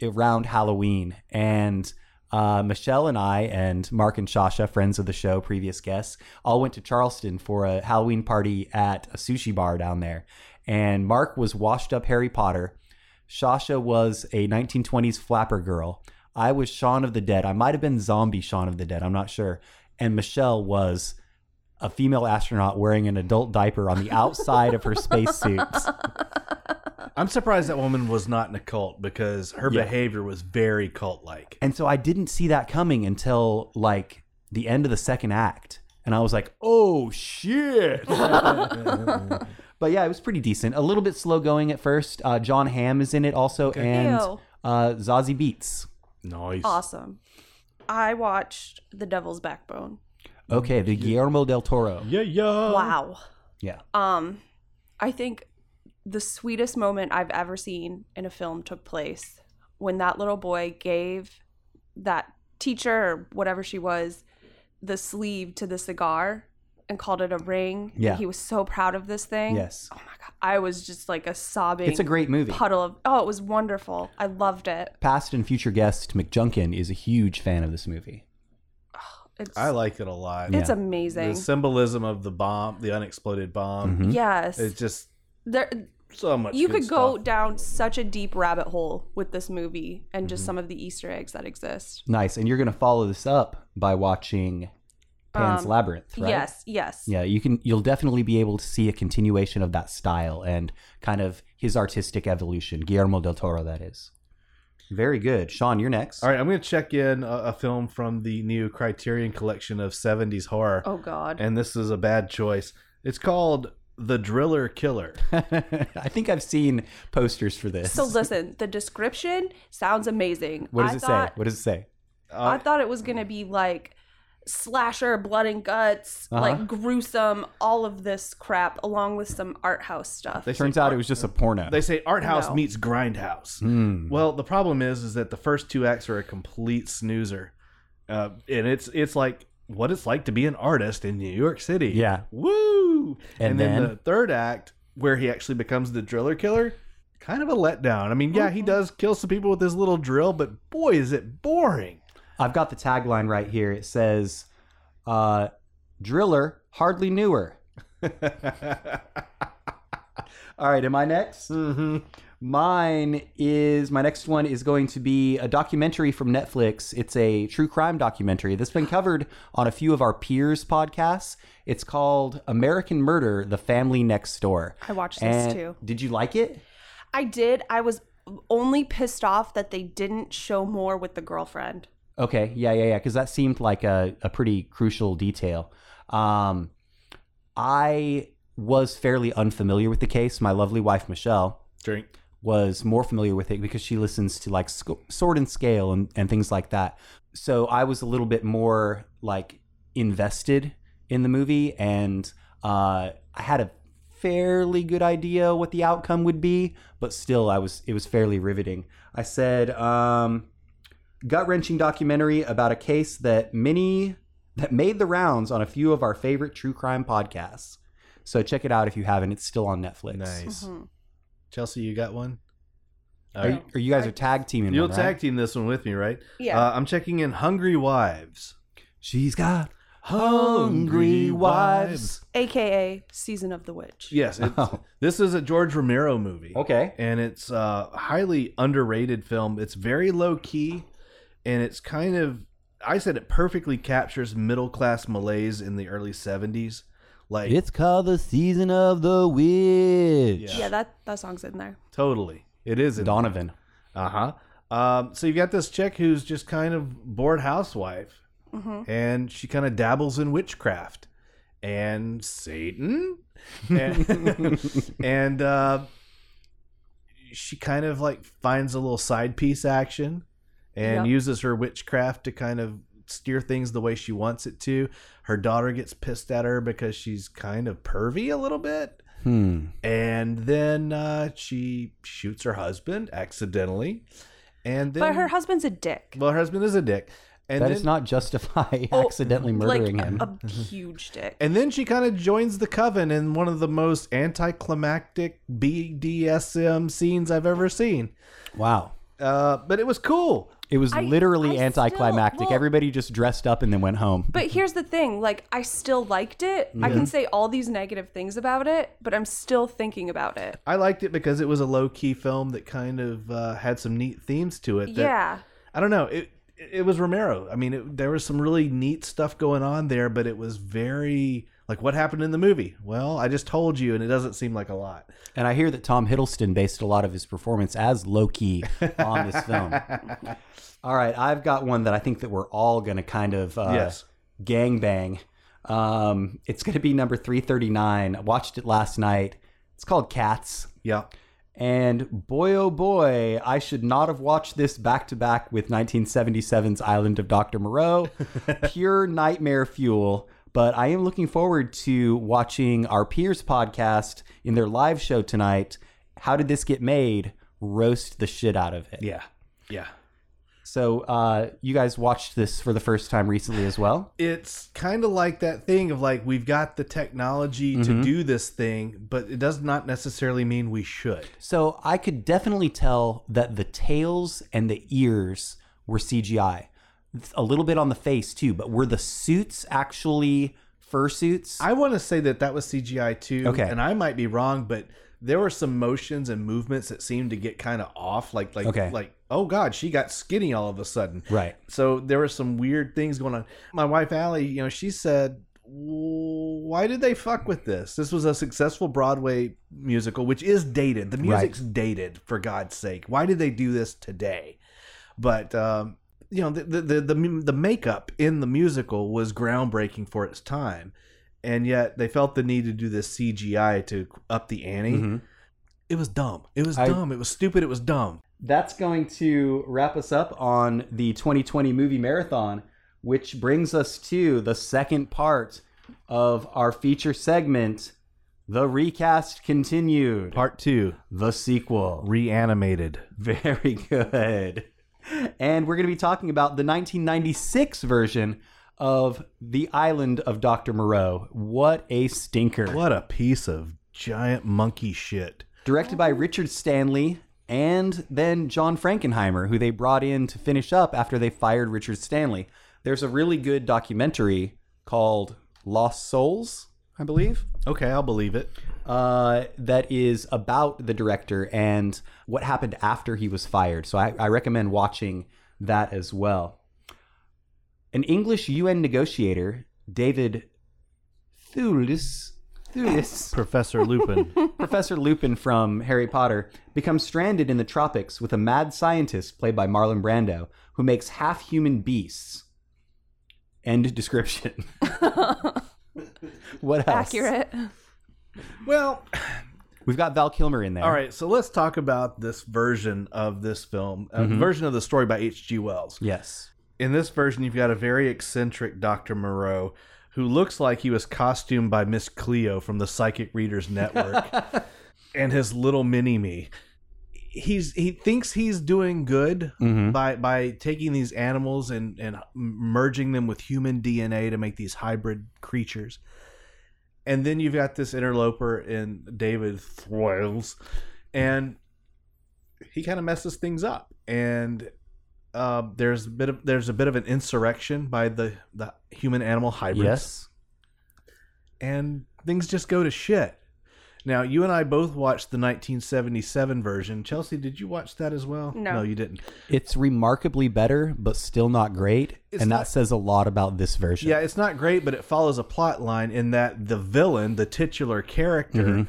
B: around Halloween, and uh, Michelle and I and Mark and Shasha, friends of the show, previous guests, all went to Charleston for a Halloween party at a sushi bar down there. And Mark was washed up Harry Potter. Shasha was a 1920s flapper girl. I was Shaun of the Dead. I might have been zombie Shaun of the Dead. I'm not sure. And Michelle was a female astronaut wearing an adult diaper on the outside of her spacesuit.
D: I'm surprised that woman was not in a cult because her
B: Yeah.
D: behavior was very cult like.
B: And so I didn't see that coming until like the end of the second act. And I was like, oh shit. but yeah, it was pretty decent. A little bit slow going at first. Uh, John Hamm is in it also, and
C: Ew.
B: uh, Zazie Beats.
D: Nice.
C: Awesome. I watched The Devil's Backbone.
B: Okay, the Guillermo del Toro.
D: Yeah, yeah.
C: Wow.
B: Yeah.
C: Um I think the sweetest moment I've ever seen in a film took place when that little boy gave that teacher or whatever she was the sleeve to the cigar and called it a ring.
B: Yeah.
C: He was so proud of this thing.
B: Yes.
C: Oh my god. I was just like a sobbing
B: It's a great movie.
C: puddle of Oh, it was wonderful. I loved it.
B: Past and future guest McJunkin is a huge fan of this movie.
C: It's
D: I like it a lot.
B: Yeah. um,
C: it's amazing.
D: The symbolism of the bomb, the unexploded bomb.
C: Mm-hmm.
B: Mhm.
C: Yes.
D: It's just
C: there
D: so much.
C: you
D: good
C: could go
D: stuff.
C: down such a deep rabbit hole with this movie and
B: Mm-hmm.
C: just some of the Easter eggs that exist.
B: Nice. And you're going to follow this up by watching Pan's
C: Um,
B: Labyrinth, right?
C: Yes, yes.
B: Yeah, you can you'll definitely be able to see a continuation of that style and kind of his artistic evolution. Guillermo del Toro that is. Very good. Sean, you're next.
D: All right, I'm going to check in a, a film from the new Criterion collection of 70s horror.
C: Oh God.
D: And this is a bad choice. It's called The Driller Killer.
B: <laughs> I think I've seen posters for this.
C: so listen, the description sounds amazing.
B: what does
C: I
B: it uh,
C: thought,
B: say? What does it say?
C: I thought it was gonna be like slasher, blood and guts,
B: Uh-huh.
C: like gruesome, all of this crap, along with some art house stuff.
B: Turns out it was just a porno.
D: They say art house
C: No.
D: meets grindhouse.
B: Hmm.
D: Well, the problem is, is that the first two acts are a complete snoozer, uh, and it's it's like what it's like to be an artist in New York City.
B: Yeah.
D: woo!
B: And then?
D: the third act, where he actually becomes the driller killer, kind of a letdown. I mean, yeah,
B: Mm-hmm.
D: he does kill some people with his little drill, but boy, is it boring.
B: I've got the tagline right here. It says, uh, "Driller hardly knew her." All right, am I next? Mm-hmm. Mine is my next one is going to be a documentary from Netflix. It's a true crime documentary that's been covered on a few of our peers podcasts. It's called American Murder: The Family Next Door.
C: I watched this
B: And-
C: too.
B: Did you like it?
C: I did. I was only pissed off that they didn't show more with the girlfriend.
B: Okay, yeah, yeah, yeah, because that seemed like a, a pretty crucial detail. Um, I was fairly unfamiliar with the case. My lovely wife, Michelle,
D: Drink.
B: was more familiar with it because she listens to like sc- Sword and Scale and, and things like that. So I was a little bit more like invested in the movie and uh, I had a fairly good idea what the outcome would be, but still I was it was fairly riveting. I said um, gut wrenching documentary about a case that many that made the rounds on a few of our favorite true crime podcasts. So check it out if you haven't. It's still on Netflix.
D: Nice.
C: Mm-hmm.
D: Chelsea, you got one.
B: Are you, are you guys are tag teaming?
D: You'll
B: one, right?
D: tag team this one with me, right?
C: Yeah.
D: Uh, I'm checking in Hungry Wives.
B: She's got
D: Hungry Wives.
C: AKA Season of the Witch.
D: Yes. it's- <laughs> This is a George Romero movie.
B: Okay.
D: And it's a highly underrated film. It's very low key and it's kind of, I said it perfectly captures middle class malaise in the early 70s. Like,
G: It's called the season of the witch.
D: yeah,
C: Yeah, that, that song's in there.
D: totally. It is. in-
B: Donovan.
D: Uh-huh. Um, so you've got this chick who's just kind of bored housewife, and she kind of dabbles in witchcraft and Satan, and, <laughs> and, uh, she kind of like finds a little side piece action and
C: Yeah.
D: uses her witchcraft to kind of steer things the way she wants it to. Her daughter gets pissed at her because she's kind of pervy a little bit
B: Hmm.
D: and then uh, she shoots her husband accidentally, and then
C: But her husband's a dick.
D: well, her husband is a dick, and
B: That
D: then,
B: does not justify
C: Oh,
B: accidentally murdering
C: like,
B: him.
C: A,
B: <laughs>
C: a huge dick.
D: and then she kind of joins the coven in one of the most anticlimactic BDSM scenes I've ever seen.
B: wow.
D: Uh, but it was cool.
B: It was
C: I-
B: literally
C: I still-
B: anticlimactic.
C: well-
B: Everybody just dressed up and then went home.
C: But here's the thing, like I still liked it. I can say all these negative things about it, but I'm still thinking about it.
D: I liked it because it was a low key film that kind of uh, had some neat themes to it. That,
C: yeah.
D: I don't know. It it was Romero. I mean, it, there was some really neat stuff going on there, but it was very like what happened in the movie. Well, I just told you, and it doesn't seem like a lot.
B: and I hear that Tom Hiddleston based a lot of his performance as Loki on this
D: <laughs>
B: film. all right, I've got one that I think that we're all going to kind of uh,
D: yes,
B: gangbang. Um, it's going to be number 339. I watched it last night. It's called Cats.
D: yeah.
B: And boy, oh boy, I should not have watched this back to back with 1977's Island of Dr. Moreau. Pure nightmare fuel. But I am looking forward to watching our peers podcast in their live show tonight. How did this get made? Roast the shit out of it.
D: Yeah. Yeah.
B: So uh, you guys watched this for the first time recently as well.
D: It's kind of like that thing of like we've got the technology
B: Mm-hmm.
D: to do this thing, but it does not necessarily mean we should.
B: So I could definitely tell that the tails and the ears were CGI. A little bit on the face too, but were the suits actually fursuits?
D: I want to say that that was CGI too.
B: Okay.
D: And I might be wrong, but there were some motions and movements that seemed to get kind of off. Like, like,
B: Okay.
D: like, oh God, she got skinny all of a sudden.
B: Right.
D: So there were some weird things going on. My wife Allie, you know, she said, "Why did they fuck with this? This was a successful Broadway musical, which is dated. The music's dated, for God's sake. Why did they do this today?" But um, you know, the, the the the the makeup in the musical was groundbreaking for its time, and yet they felt the need to do this CGI to up the ante.
B: Mhm.
D: It was dumb. It was
B: I-
D: dumb. It was stupid. It was dumb.
B: That's going to wrap us up on the 2020 movie marathon. which brings us to the second part of our feature segment, The Recast Continued.
D: Part two,
B: the sequel.
D: reanimated.
B: <laughs> Very good. And we're going to be talking about the 1996 version of The Island of Dr. Moreau. What a stinker.
D: What a piece of giant monkey shit.
B: Directed by Richard Stanley and then John Frankenheimer, who they brought in to finish up after they fired Richard Stanley. There's a really good documentary called Lost Souls, I believe
D: Okay, I'll believe it.
B: uh, that is about the director and what happened after he was fired. So I, I recommend watching that as well. An English UN negotiator, David Thewlis, Thewlis
D: Professor Lupin.
B: Professor Lupin from Harry Potter, becomes stranded in the tropics with a mad scientist played by Marlon Brando who makes half human beasts. End description. what else?
C: Accurate. <laughs>
D: well,
B: We've got Val Kilmer in there.
D: all right, so let's talk about this version of this film, a version of the story by H.G. Wells.
B: Yes.
D: In this version, you've got a very eccentric Dr. Moreau who looks like he was costumed by Miss Cleo from the Psychic Readers Network and his little mini me. He's he thinks he's doing good by by taking these animals and and merging them with human DNA to make these hybrid creatures. And then you've got this interloper in David Thwaites, and he kind of messes things up. And uh, there's a bit of there's a bit of an insurrection by the the human animal hybrids
B: Yes.
D: and things just go to shit. Now, you and I both watched the 1977 version. Chelsea, did you watch that as well?
C: No.
D: you didn't.
B: It's remarkably better, but still not great.
D: It's
B: and
D: not-
B: that says a lot about this version.
D: Yeah, it's not great, but it follows a plot line in that the villain, the titular character,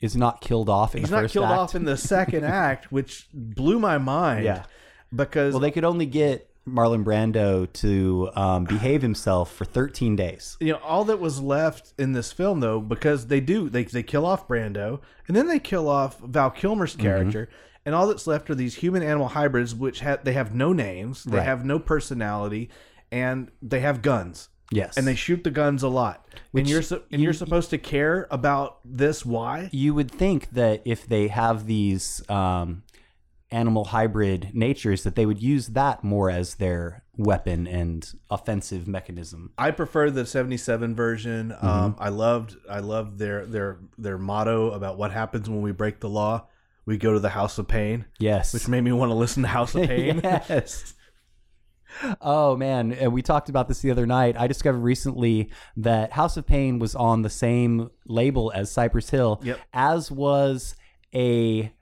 B: It's not killed off in
D: he's
B: Mm-hmm. the
D: not
B: first
D: killed
B: act.
D: off in
B: <laughs>
D: the second act, which blew my mind.
B: Yeah.
D: Because
B: well, they could only get Marlon Brando to um, behave himself for 13 days.
D: you know all that was left in this film though because they do they, they kill off brando and then they kill off val kilmer's character and all that's left are these human animal hybrids which ha- they have no names they
B: Right.
D: have no personality and they have guns
B: Yes.
D: and they shoot the guns a lot and you're su- and you're supposed to care about this why
B: you would think that if they have these um, animal hybrid natures, that they would use that more as their weapon and offensive mechanism.
D: I prefer the '77 version. Um, I loved, I loved their their their motto about what happens when we break the law. We go to the House of Pain.
B: Yes.
D: which made me want to listen
B: <laughs>
D: to House of Pain.
B: yes. Oh man, and we talked about this the other night. I discovered recently that House of Pain was on the same label as Cypress Hill,
D: Yep.
B: as was a,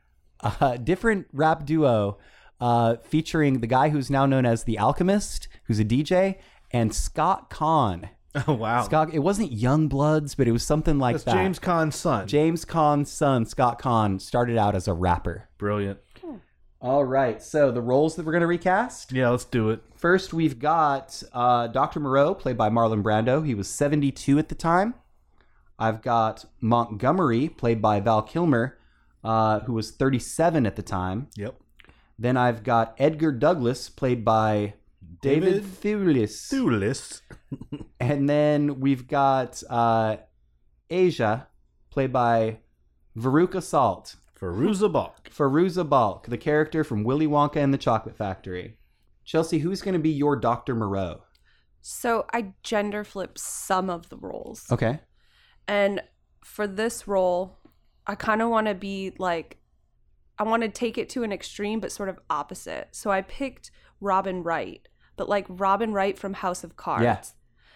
B: uh different rap duo uh, featuring the guy who's now known as the Alchemist, who's a DJ, and Scott Kahn.
D: <laughs> Oh wow,
B: Scott, it wasn't Young Bloods, but it was something like
D: that's
B: that.
D: James Caan's son.
B: James Kahn's son, Scott Kahn, started out as a rapper.
D: Brilliant.
B: All right, so the roles that we're going to recast.
D: Yeah, let's do it.
B: First, we've got uh, Dr. Moreau, played by Marlon Brando. He was 72 at the time. I've got Montgomery, played by Val Kilmer, uh, who was 37 at the time.
D: Yep.
B: Then I've got Edgar Douglas, played by David,
D: David
B: Thewlis.
D: Thewlis.
B: And then we've got uh, Asia, played by Veruca Salt.
D: Feruza Balk.
B: Faruza Balk, the character from Willy Wonka and the Chocolate Factory. Chelsea, who's going to be your Dr. Moreau?
C: So I gender flipped some of the roles.
B: Okay.
C: And for this role, I kind of want to be like, I want to take it to an extreme, but sort of opposite. So I picked Robin Wright, but like Robin Wright from House of Cards.
B: Yeah.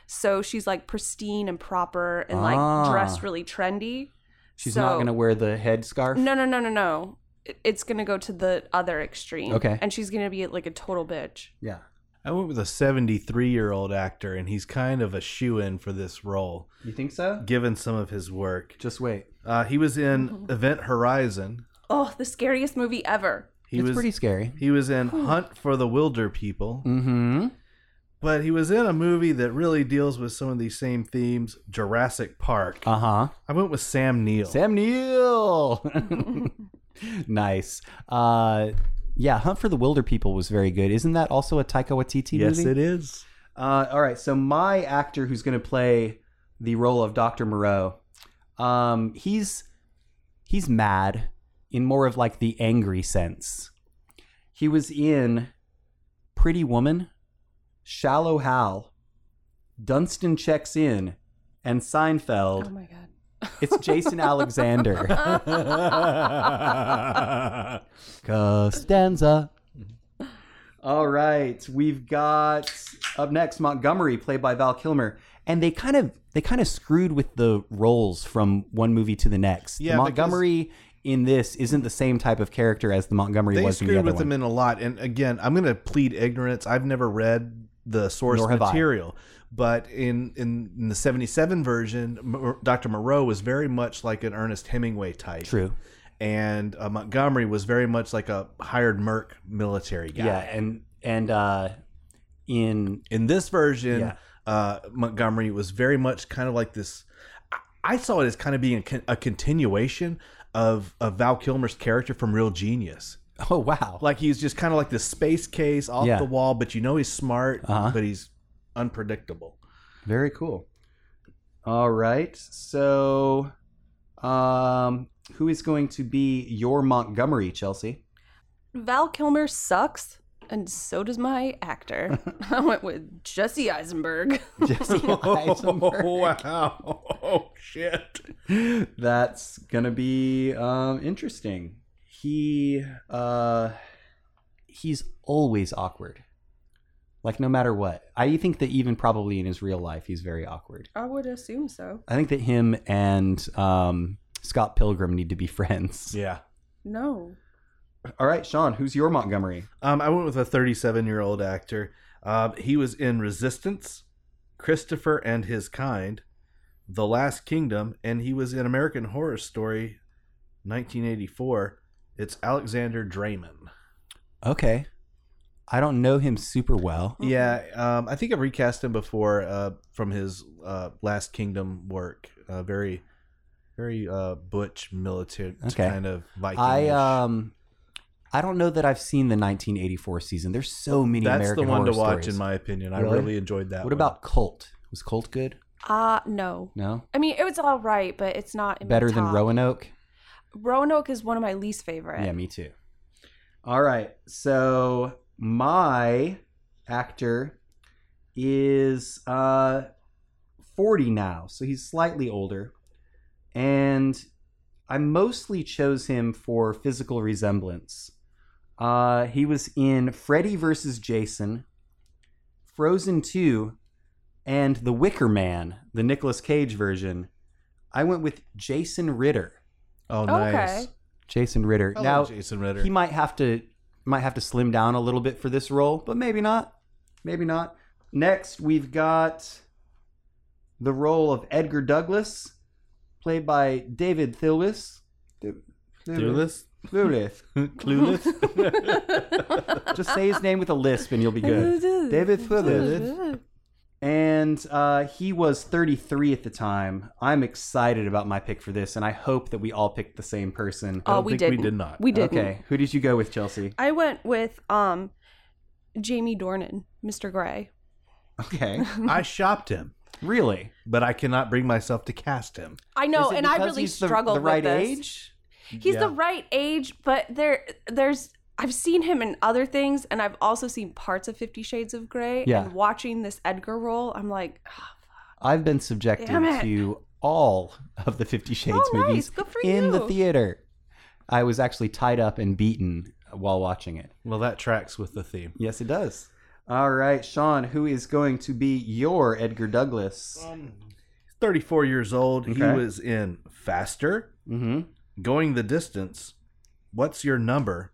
C: So she's like pristine and proper and
B: Ah.
C: like dressed really trendy.
B: She's not
C: So-
B: going to wear the headscarf.
C: No, no, no, no, no. It- It's going to go to the other extreme.
B: Okay.
C: And she's going to be like a total bitch.
B: Yeah.
D: I went with a 73 year old actor, and he's kind of a shoe in for this role,
B: You think so?
D: given some of his work.
B: Just wait.
D: Uh, he
B: <laughs>
D: was in Event Horizon.
C: Oh, the scariest movie ever.
D: He
B: it's
D: was
B: pretty scary.
D: he was in Hunt for the Wilder People,
B: Mm-hmm.
D: but he was in a movie that really deals with some of these same themes. Jurassic Park.
B: Uh huh.
D: I went with Sam Neill.
B: Sam Neill. <laughs> nice. Uh, yeah, Hunt for the Wilder People was very good. Isn't that also a Taika Waititi
D: yes,
B: movie?
D: it is.
B: Uh, all right. So my actor who's going to play the role of Doctor Moreau, um, he's he's mad in more of like the angry sense. He was in Pretty Woman, Shallow Hal, Dunstan checks in, and Seinfeld. Oh my god! It's Jason <laughs> Alexander. Costanza. All right, we've got up next Montgomery, played by Val Kilmer, and they kind of they kind of screwed with the roles from one movie to the next.
D: Yeah,
B: Montgomery in this isn't the same type of character as the Montgomery
D: They
B: was in the
D: screwed
B: other
D: with
B: one.
D: them in a lot. And again, I'm going to plead ignorance. I've never read the source
B: Nor have I.
D: material. But in, in, in the 77 version, Mo- Dr. Moreau was very much like an Ernest Hemingway type.
B: True.
D: And uh, Montgomery was very much like a hired merc military guy.
B: yeah, and and uh, in
D: in this version,
B: Yeah.
D: uh, Montgomery was very much kind of like this. I- I saw it as kind of being a, con- a continuation of, of Val Kilmer's character from Real Genius.
B: oh wow,
D: Like he's just kind of like this space case off
B: Yeah.
D: the wall, but you know he's smart,
B: Uh-huh.
D: but he's unpredictable.
B: Very cool. All right. So, um, who is going to be your Montgomery, Chelsea? <laughs>
C: Val Kilmer sucks, and so does my actor. I went with Jesse Eisenberg.
B: Jesse Eisenberg.
D: <laughs> wow. Oh, shit.
B: That's gonna be um, interesting. He uh, he's always awkward. Like no matter what, I think that even probably in his real life, he's very awkward.
C: I would assume so.
B: I think that him and um, Scott Pilgrim need to be <laughs> friends.
D: Yeah.
C: No.
B: All right, Sean, who's your Montgomery?
D: Um, I went with a 37 year old actor. Um, he was in Resistance, Christopher and His Kind, The Last Kingdom, and he was in American Horror Story 1984. It's Alexander Draymond.
B: Okay, I don't know him super well.
D: Yeah, um, I think I've recast him before uh, from his uh, Last Kingdom work. Uh, very, very uh, butch militant
B: Okay.
D: kind of Viking.
B: I um I don't know that I've seen the 1984 season. There's so many
D: That's
B: American
D: the one to
B: Horror
D: watch,
B: Stories.
D: in my opinion. I
B: Really?
D: really enjoyed that.
B: What
D: one.
B: about Cult? Was Cult good?
C: Uh no.
B: No.
C: I mean, it was all right, but it's not in my
B: Better than
C: top.
B: Roanoke?
C: Roanoke is one of my least favorite.
B: Yeah, me too. All right. So my actor is uh 40 now, so he's slightly older. And I mostly chose him for physical resemblance. Uh he was in Freddy versus Jason, Frozen 2, and The Wicker Man, the Nicolas Cage version. I went with Jason Ritter.
D: Oh,
C: Okay.
D: nice.
B: Jason Ritter.
D: I
B: now
D: love Jason Ritter.
B: he might have to might have to slim down a little bit for this role, but maybe not. Maybe not. Next, we've got the role of Edgar Douglas, played by David Thewlis.
D: Clueless?
B: Thewlis. <laughs> Just say his name with a lisp and you'll be good. David Thewlis. And uh, he was 33 at the time. I'm excited about my pick for this, and I hope that we all picked the same person.
D: I
C: Oh,
D: don't
C: we
D: think
C: didn't.
D: we did not.
C: We didn't.
B: Okay, who did you go with,
C: <laughs>
B: Chelsea?
C: I went with um Jamie Dornan, Mr. Gray.
B: Okay.
D: I shopped him,
B: Really?
D: but I cannot bring myself to cast him.
C: I know, and I really struggled
B: the, the right
C: with this.
B: age.
C: He's
D: Yeah.
C: the right age, but there there's I've seen him in other things and I've also seen parts of 50 Shades of Grey
B: Yeah.
C: and watching this Edgar role,
B: <laughs>
C: I'm like,
B: I've been subjected
C: Damn it.
B: to all of the Fifty Shades
C: Oh, nice.
B: movies
C: Good for
B: in the
C: you.
B: theater. I was actually tied up and beaten while watching it.
D: Well, that tracks with the theme.
B: Yes, it does. All right, Sean, who is going to be your Edgar Douglas?
D: 34 years old. He
B: Okay.
D: was in Faster,
B: mm-hmm.
D: Going the Distance, What's Your Number?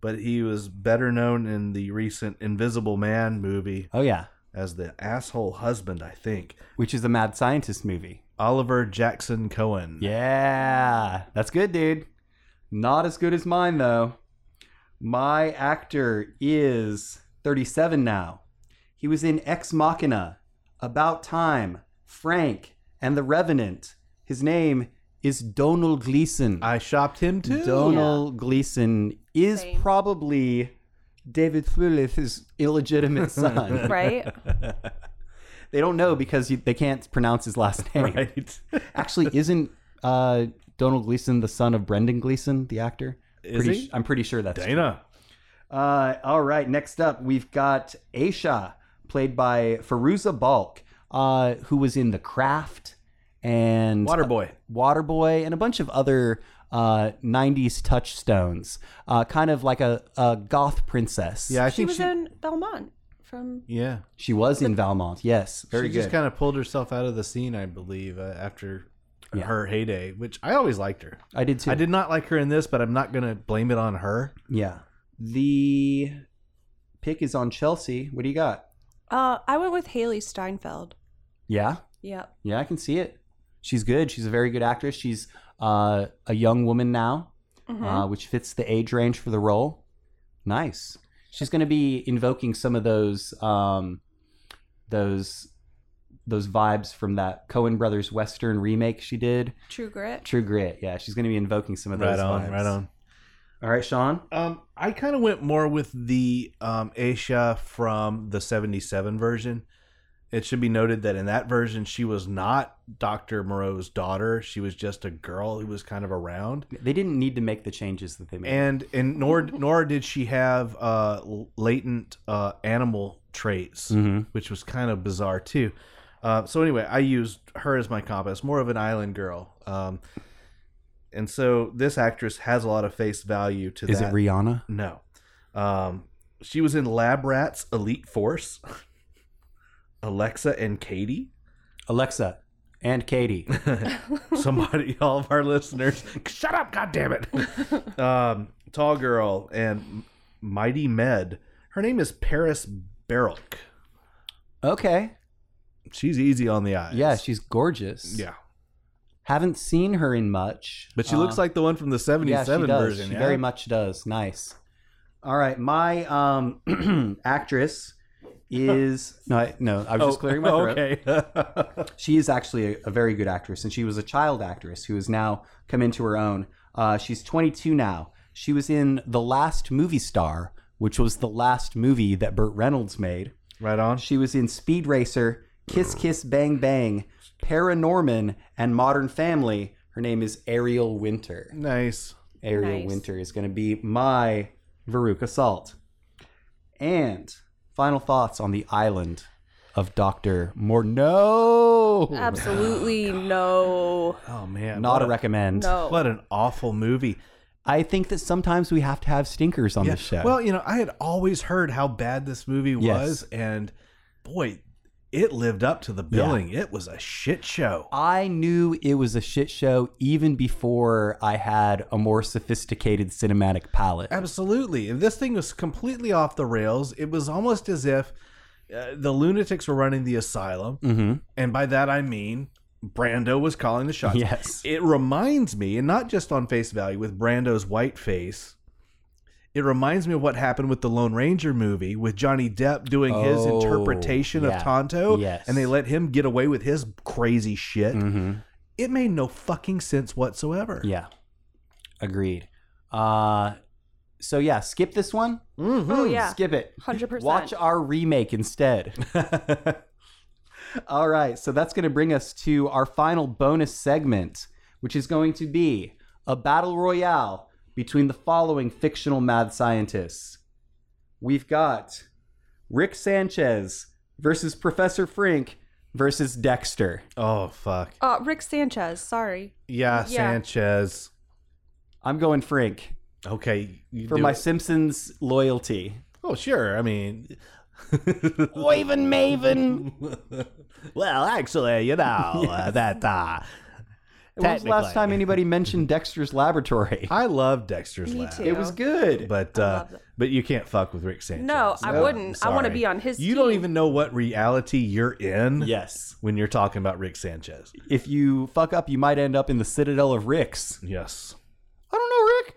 D: But he was better known in the recent Invisible Man movie
B: Oh yeah,
D: as the asshole husband, I think.
B: which is a mad scientist movie.
D: Oliver Jackson Cohen.
B: Yeah, that's good, dude. Not as good as mine, though. My actor is 37 now. He was in Ex Machina, About Time, Frank, and The Revenant. His name is Donald Gleason.
D: <laughs> I shopped him too.
B: Donald Gleason is
C: Same.
B: probably David Thewlis' illegitimate son.
D: <laughs>
C: Right.
B: they don't know because you, they can't pronounce his last name.
D: Right.
B: Actually, isn't uh, Donald Gleason the son of Brendan Gleason, the actor?
D: Is
B: Pretty
D: he?
B: I'm pretty sure that's true.
D: Dana.
B: Uh, all right, next up, we've got Aisha, played by Feruza Balk, uh, who was in The Craft and Uh,
D: Waterboy.
B: Waterboy and a bunch of other uh, 90s touchstones, uh, kind of like a, a goth princess.
D: Yeah, I
C: She
D: think
C: was
D: she.
C: in Belmont from
D: yeah.
B: She was in Valmont, yes. Very
D: she
B: good.
D: just kind of pulled herself out of the scene, I believe, uh, after
B: Yeah.
D: her heyday, which I always liked her.
B: I did too.
D: I did not like her in this, but I'm not going to blame it on her.
B: Yeah. The pick is on Chelsea. What do you got?
C: uh I went with Haley Steinfeld.
B: Yeah.
C: Yep.
B: Yeah, I can see it. She's good. She's a very good actress. She's uh, a young woman now,
C: Mhm.
B: uh, which fits the age range for the role. Nice. She's going to be invoking some of those um, those those vibes from that Cohen Brothers Western remake she did,
C: True Grit.
B: True Grit. Yeah, she's going to be invoking some of those.
D: Right on,
B: vibes.
D: right on.
B: All right, Sean.
D: Um, I kind of went more with the um, Aisha from the 77 version. It should be noted that in that version, she was not Dr. Moreau's daughter. She was just a girl who was kind of around.
B: They didn't need to make the changes that they made.
D: And and
B: <laughs>
D: nor nor did she have uh, l- latent uh, animal traits,
B: Mhm.
D: which was kind of bizarre too. Uh, so anyway, I used her as my compass, more of an island girl. Um, and so this actress has a lot of face value to
B: Is
D: that.
B: it Rihanna?
D: No. Um, she was in Lab Rats, Elite Force, <laughs> Alexa and Katie.
B: Alexa and
D: <laughs>
B: Katie.
D: Somebody, <laughs> all of our listeners, shut up, goddammit. it! um, tall girl and Mighty Med. Her name is Paris Barrick.
B: okay.
D: She's easy on the eyes.
B: Yeah, she's gorgeous.
D: yeah.
B: Haven't seen her in much.
D: But she looks
B: Uh,
D: like the one from the
B: yeah, she
D: '77
B: does.
D: version.
B: She
D: yeah?
B: very much does. Nice. All right, my um <clears throat> actress is <laughs> no, I, no. I was just <laughs> clearing my throat.
D: Oh, Okay. <laughs>
B: She is actually a, a very good actress, and she was a child actress who has now come into her own. Uh, she's 22 now. She was in The Last Movie Star, which was the last movie that Burt Reynolds made.
D: right on.
B: She was in Speed Racer, Kiss Kiss Bang Bang, Paranorman, and Modern Family. Her name is Ariel Winter.
D: Nice.
B: Ariel
C: Nice.
B: Winter is going to be my Veruca Salt. And final thoughts on the island of Dr. Morneau. <laughs>
C: Absolutely no.
D: Oh man,
B: Not
D: what
B: a recommend.
C: No.
D: What an awful movie.
B: I think that sometimes we have to have stinkers on
D: Yeah.
B: this show.
D: Well, you know, I had always heard how bad this movie
B: Yes.
D: was, and boy, it lived up to the billing. It was a shit show.
B: I knew it was a shit show even before I had a more sophisticated cinematic palette.
D: Absolutely. And this thing was completely off the rails. It was almost as if uh, the lunatics were running the asylum.
B: Mm-hmm.
D: And by that, I mean Brando was calling the shots.
B: Yes.
D: It reminds me, and not just on face value, with Brando's white face. It reminds me of what happened with the Lone Ranger movie with Johnny Depp doing his
B: Oh,
D: interpretation
B: yeah.
D: of Tonto,
B: Yes.
D: and they let him get away with his crazy shit.
B: Mm-hmm.
D: It made no fucking sense whatsoever.
B: Yeah. Agreed. Uh so yeah, skip this one.
C: Oh yeah.
B: Skip it.
C: 100%.
B: Watch our remake instead. <laughs> All right, so that's going to bring us to our final bonus segment, which is going to be a battle royale between the following fictional mad scientists. We've got Rick Sanchez versus Professor Frink versus Dexter.
D: Oh fuck.
C: Uh, Rick Sanchez, sorry.
D: Yeah,
C: Yeah.
D: Sanchez.
B: I'm going Frink
D: Okay, you
B: for
D: do
B: my
D: it.
B: Simpsons loyalty.
D: Oh sure.
B: <laughs>
D: I mean,
B: Waven Maven.
D: <laughs> well, actually, you know uh, that. Uh,
B: When was the last
D: technically-
B: time anybody mentioned Dexter's
C: <laughs>
B: Laboratory?
D: I love Dexter's
C: Me
D: Lab.
C: too.
B: It was good.
D: But
C: I
D: uh,
C: love that.
D: but you can't fuck with Rick Sanchez.
C: No, I wouldn't.
D: I'm
C: I wanna
D: sorry.
C: be on his
D: You don't
C: team.
D: even know what reality you're in.
B: yes.
D: When you're talking about Rick Sanchez.
B: If you fuck up, you might end up in the Citadel of Ricks.
D: Yes.
B: I don't know, Rick.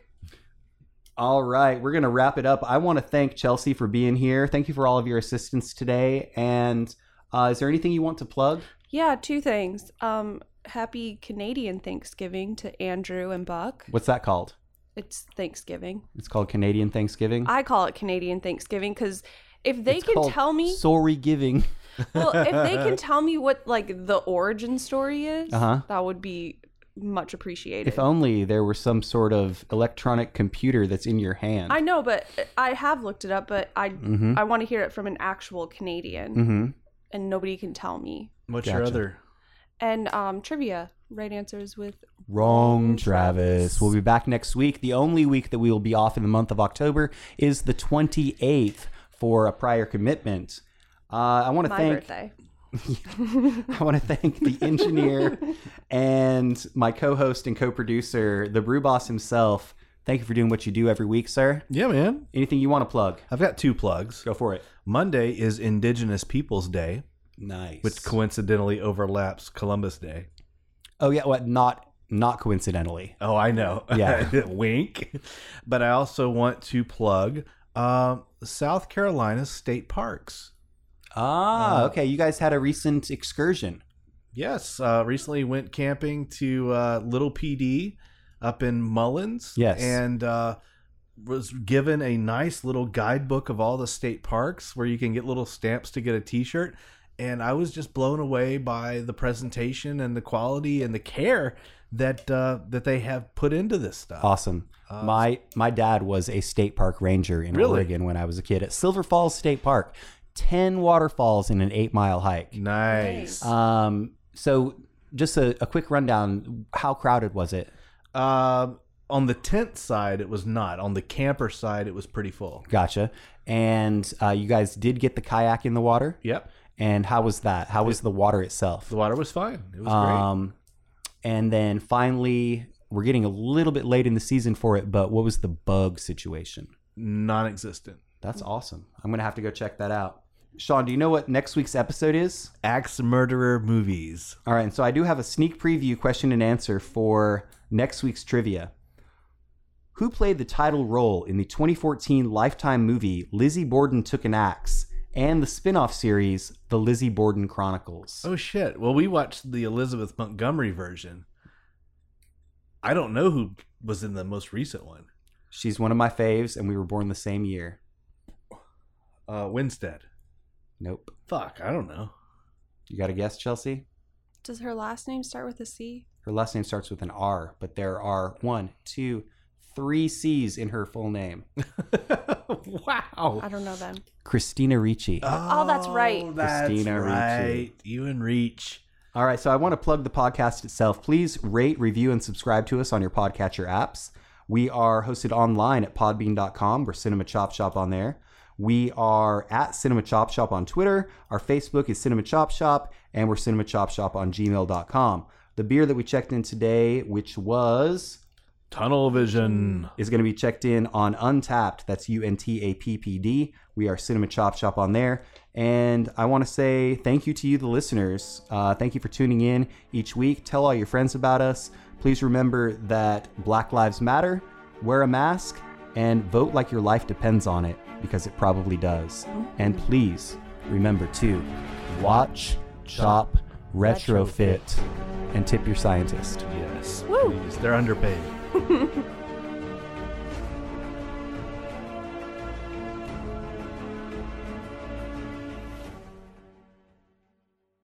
B: All right, we're going to wrap it up. I want to thank Chelsea for being here. Thank you for all of your assistance today. And uh, is there anything you want to plug?
C: Yeah, two things. Um, happy Canadian Thanksgiving to Andrew and Buck.
B: What's that called?
C: It's Thanksgiving.
B: It's called Canadian Thanksgiving.
C: I call it Canadian Thanksgiving because if they
B: It's
C: can
B: called
C: tell me,
B: sorry giving.
C: well, if
B: <laughs>
C: they can tell me what like the origin story is,
B: Uh-huh.
C: that would be much appreciated.
B: If only there were some sort of electronic computer that's in your hand.
C: I know, but uh, I have looked it up, but I
B: Mhm.
C: I want to hear it from an actual Canadian,
B: Mhm.
C: and nobody can tell me.
D: What's your
B: Gotcha.
D: other?
C: And um, trivia, right answers with
B: Wrong, Travis. We'll be back next week. The only week that we will be off in the month of October is the 28th for a prior commitment. Uh, I want to
C: my
B: thank
C: birthday.
B: <laughs> I want to thank the engineer and my co-host and co-producer, the brew boss himself. Thank you for doing what you do every week, sir.
D: Yeah, man.
B: Anything you want to plug?
D: I've got two plugs.
B: Go for it.
D: Monday is Indigenous Peoples Day,
B: Nice.
D: which coincidentally overlaps Columbus Day.
B: oh yeah, what? Not not coincidentally.
D: Oh, I know.
B: Yeah.
D: <laughs> Wink. But I also want to plug uh, South Carolina's state parks.
B: Ah,
D: Uh,
B: okay. You guys had a recent excursion.
D: Yes, uh, recently went camping to uh, Little PD up in Mullins.
B: Yes.
D: and uh, was given a nice little guidebook of all the state parks where you can get little stamps to get a T-shirt. And I was just blown away by the presentation and the quality and the care that uh, that they have put into this stuff.
B: Awesome. my my dad was a state park ranger in
D: Really?
B: Oregon when I was a kid at Silver Falls State Park. Ten waterfalls in an eight mile hike.
D: Nice.
B: Um, so just a, a quick rundown. How crowded was it?
D: Um, on the tent side, it was not. On the camper side, it was pretty full.
B: Gotcha. And uh, you guys did get the kayak in the water.
D: Yep,
B: And how was that? How was the water itself?
D: the water was fine. It was
B: Um, and then finally, we're getting a little bit late in the season for it, but what was the bug situation?
D: great. Non-existent.
B: That's awesome. I'm gonna have to go check that out. Sean, do you know what next week's episode is?
D: Axe murderer movies.
B: All right, and so I do have a sneak preview question and answer for next week's trivia. Who played the title role in the 2014 Lifetime movie Lizzie Borden Took an Axe and the spin off series The Lizzie Borden Chronicles?
D: Oh shit! Well, we watched the Elizabeth Montgomery version. I don't know who was in the most recent one.
B: She's one of my faves, and we were born the same year.
D: Uh, Winstead.
B: Nope.
D: Fuck, I don't know.
B: You got a guess, Chelsea?
C: Does her last name start with a C?
B: Her last name starts with an R, but there are one, two, three C's in her full name
C: I
D: <laughs>
B: Oh.
D: wow.
C: don't know them.
B: Christina Ricci.
C: Oh, that's right.
D: That's
B: Christina Ricci.
D: right. You and Reach.
B: All right, so I want to plug the podcast itself. Please rate, review, and subscribe to us on your podcatcher apps. We are hosted online at podbean.com. We're Cinema Chop Shop on there. We are at Cinema Chop Shop on Twitter. Our Facebook is Cinema Chop Shop, and we're Cinema Chop Shop on gmail.com. The beer that we checked in today, which was,
D: Tunnel vision.
B: is going to be checked in on Untapped. That's U N T A P P D. We are Cinema Chop Shop on there. And I want to say thank you to you, the listeners. Uh, thank you for tuning in each week. Tell all your friends about us. Please remember that Black Lives Matter, wear a mask, and vote like your life depends on it, because it probably does. And please remember to watch, chop, retrofit, and tip your scientist.
D: Yes. Woo. They're underpaid.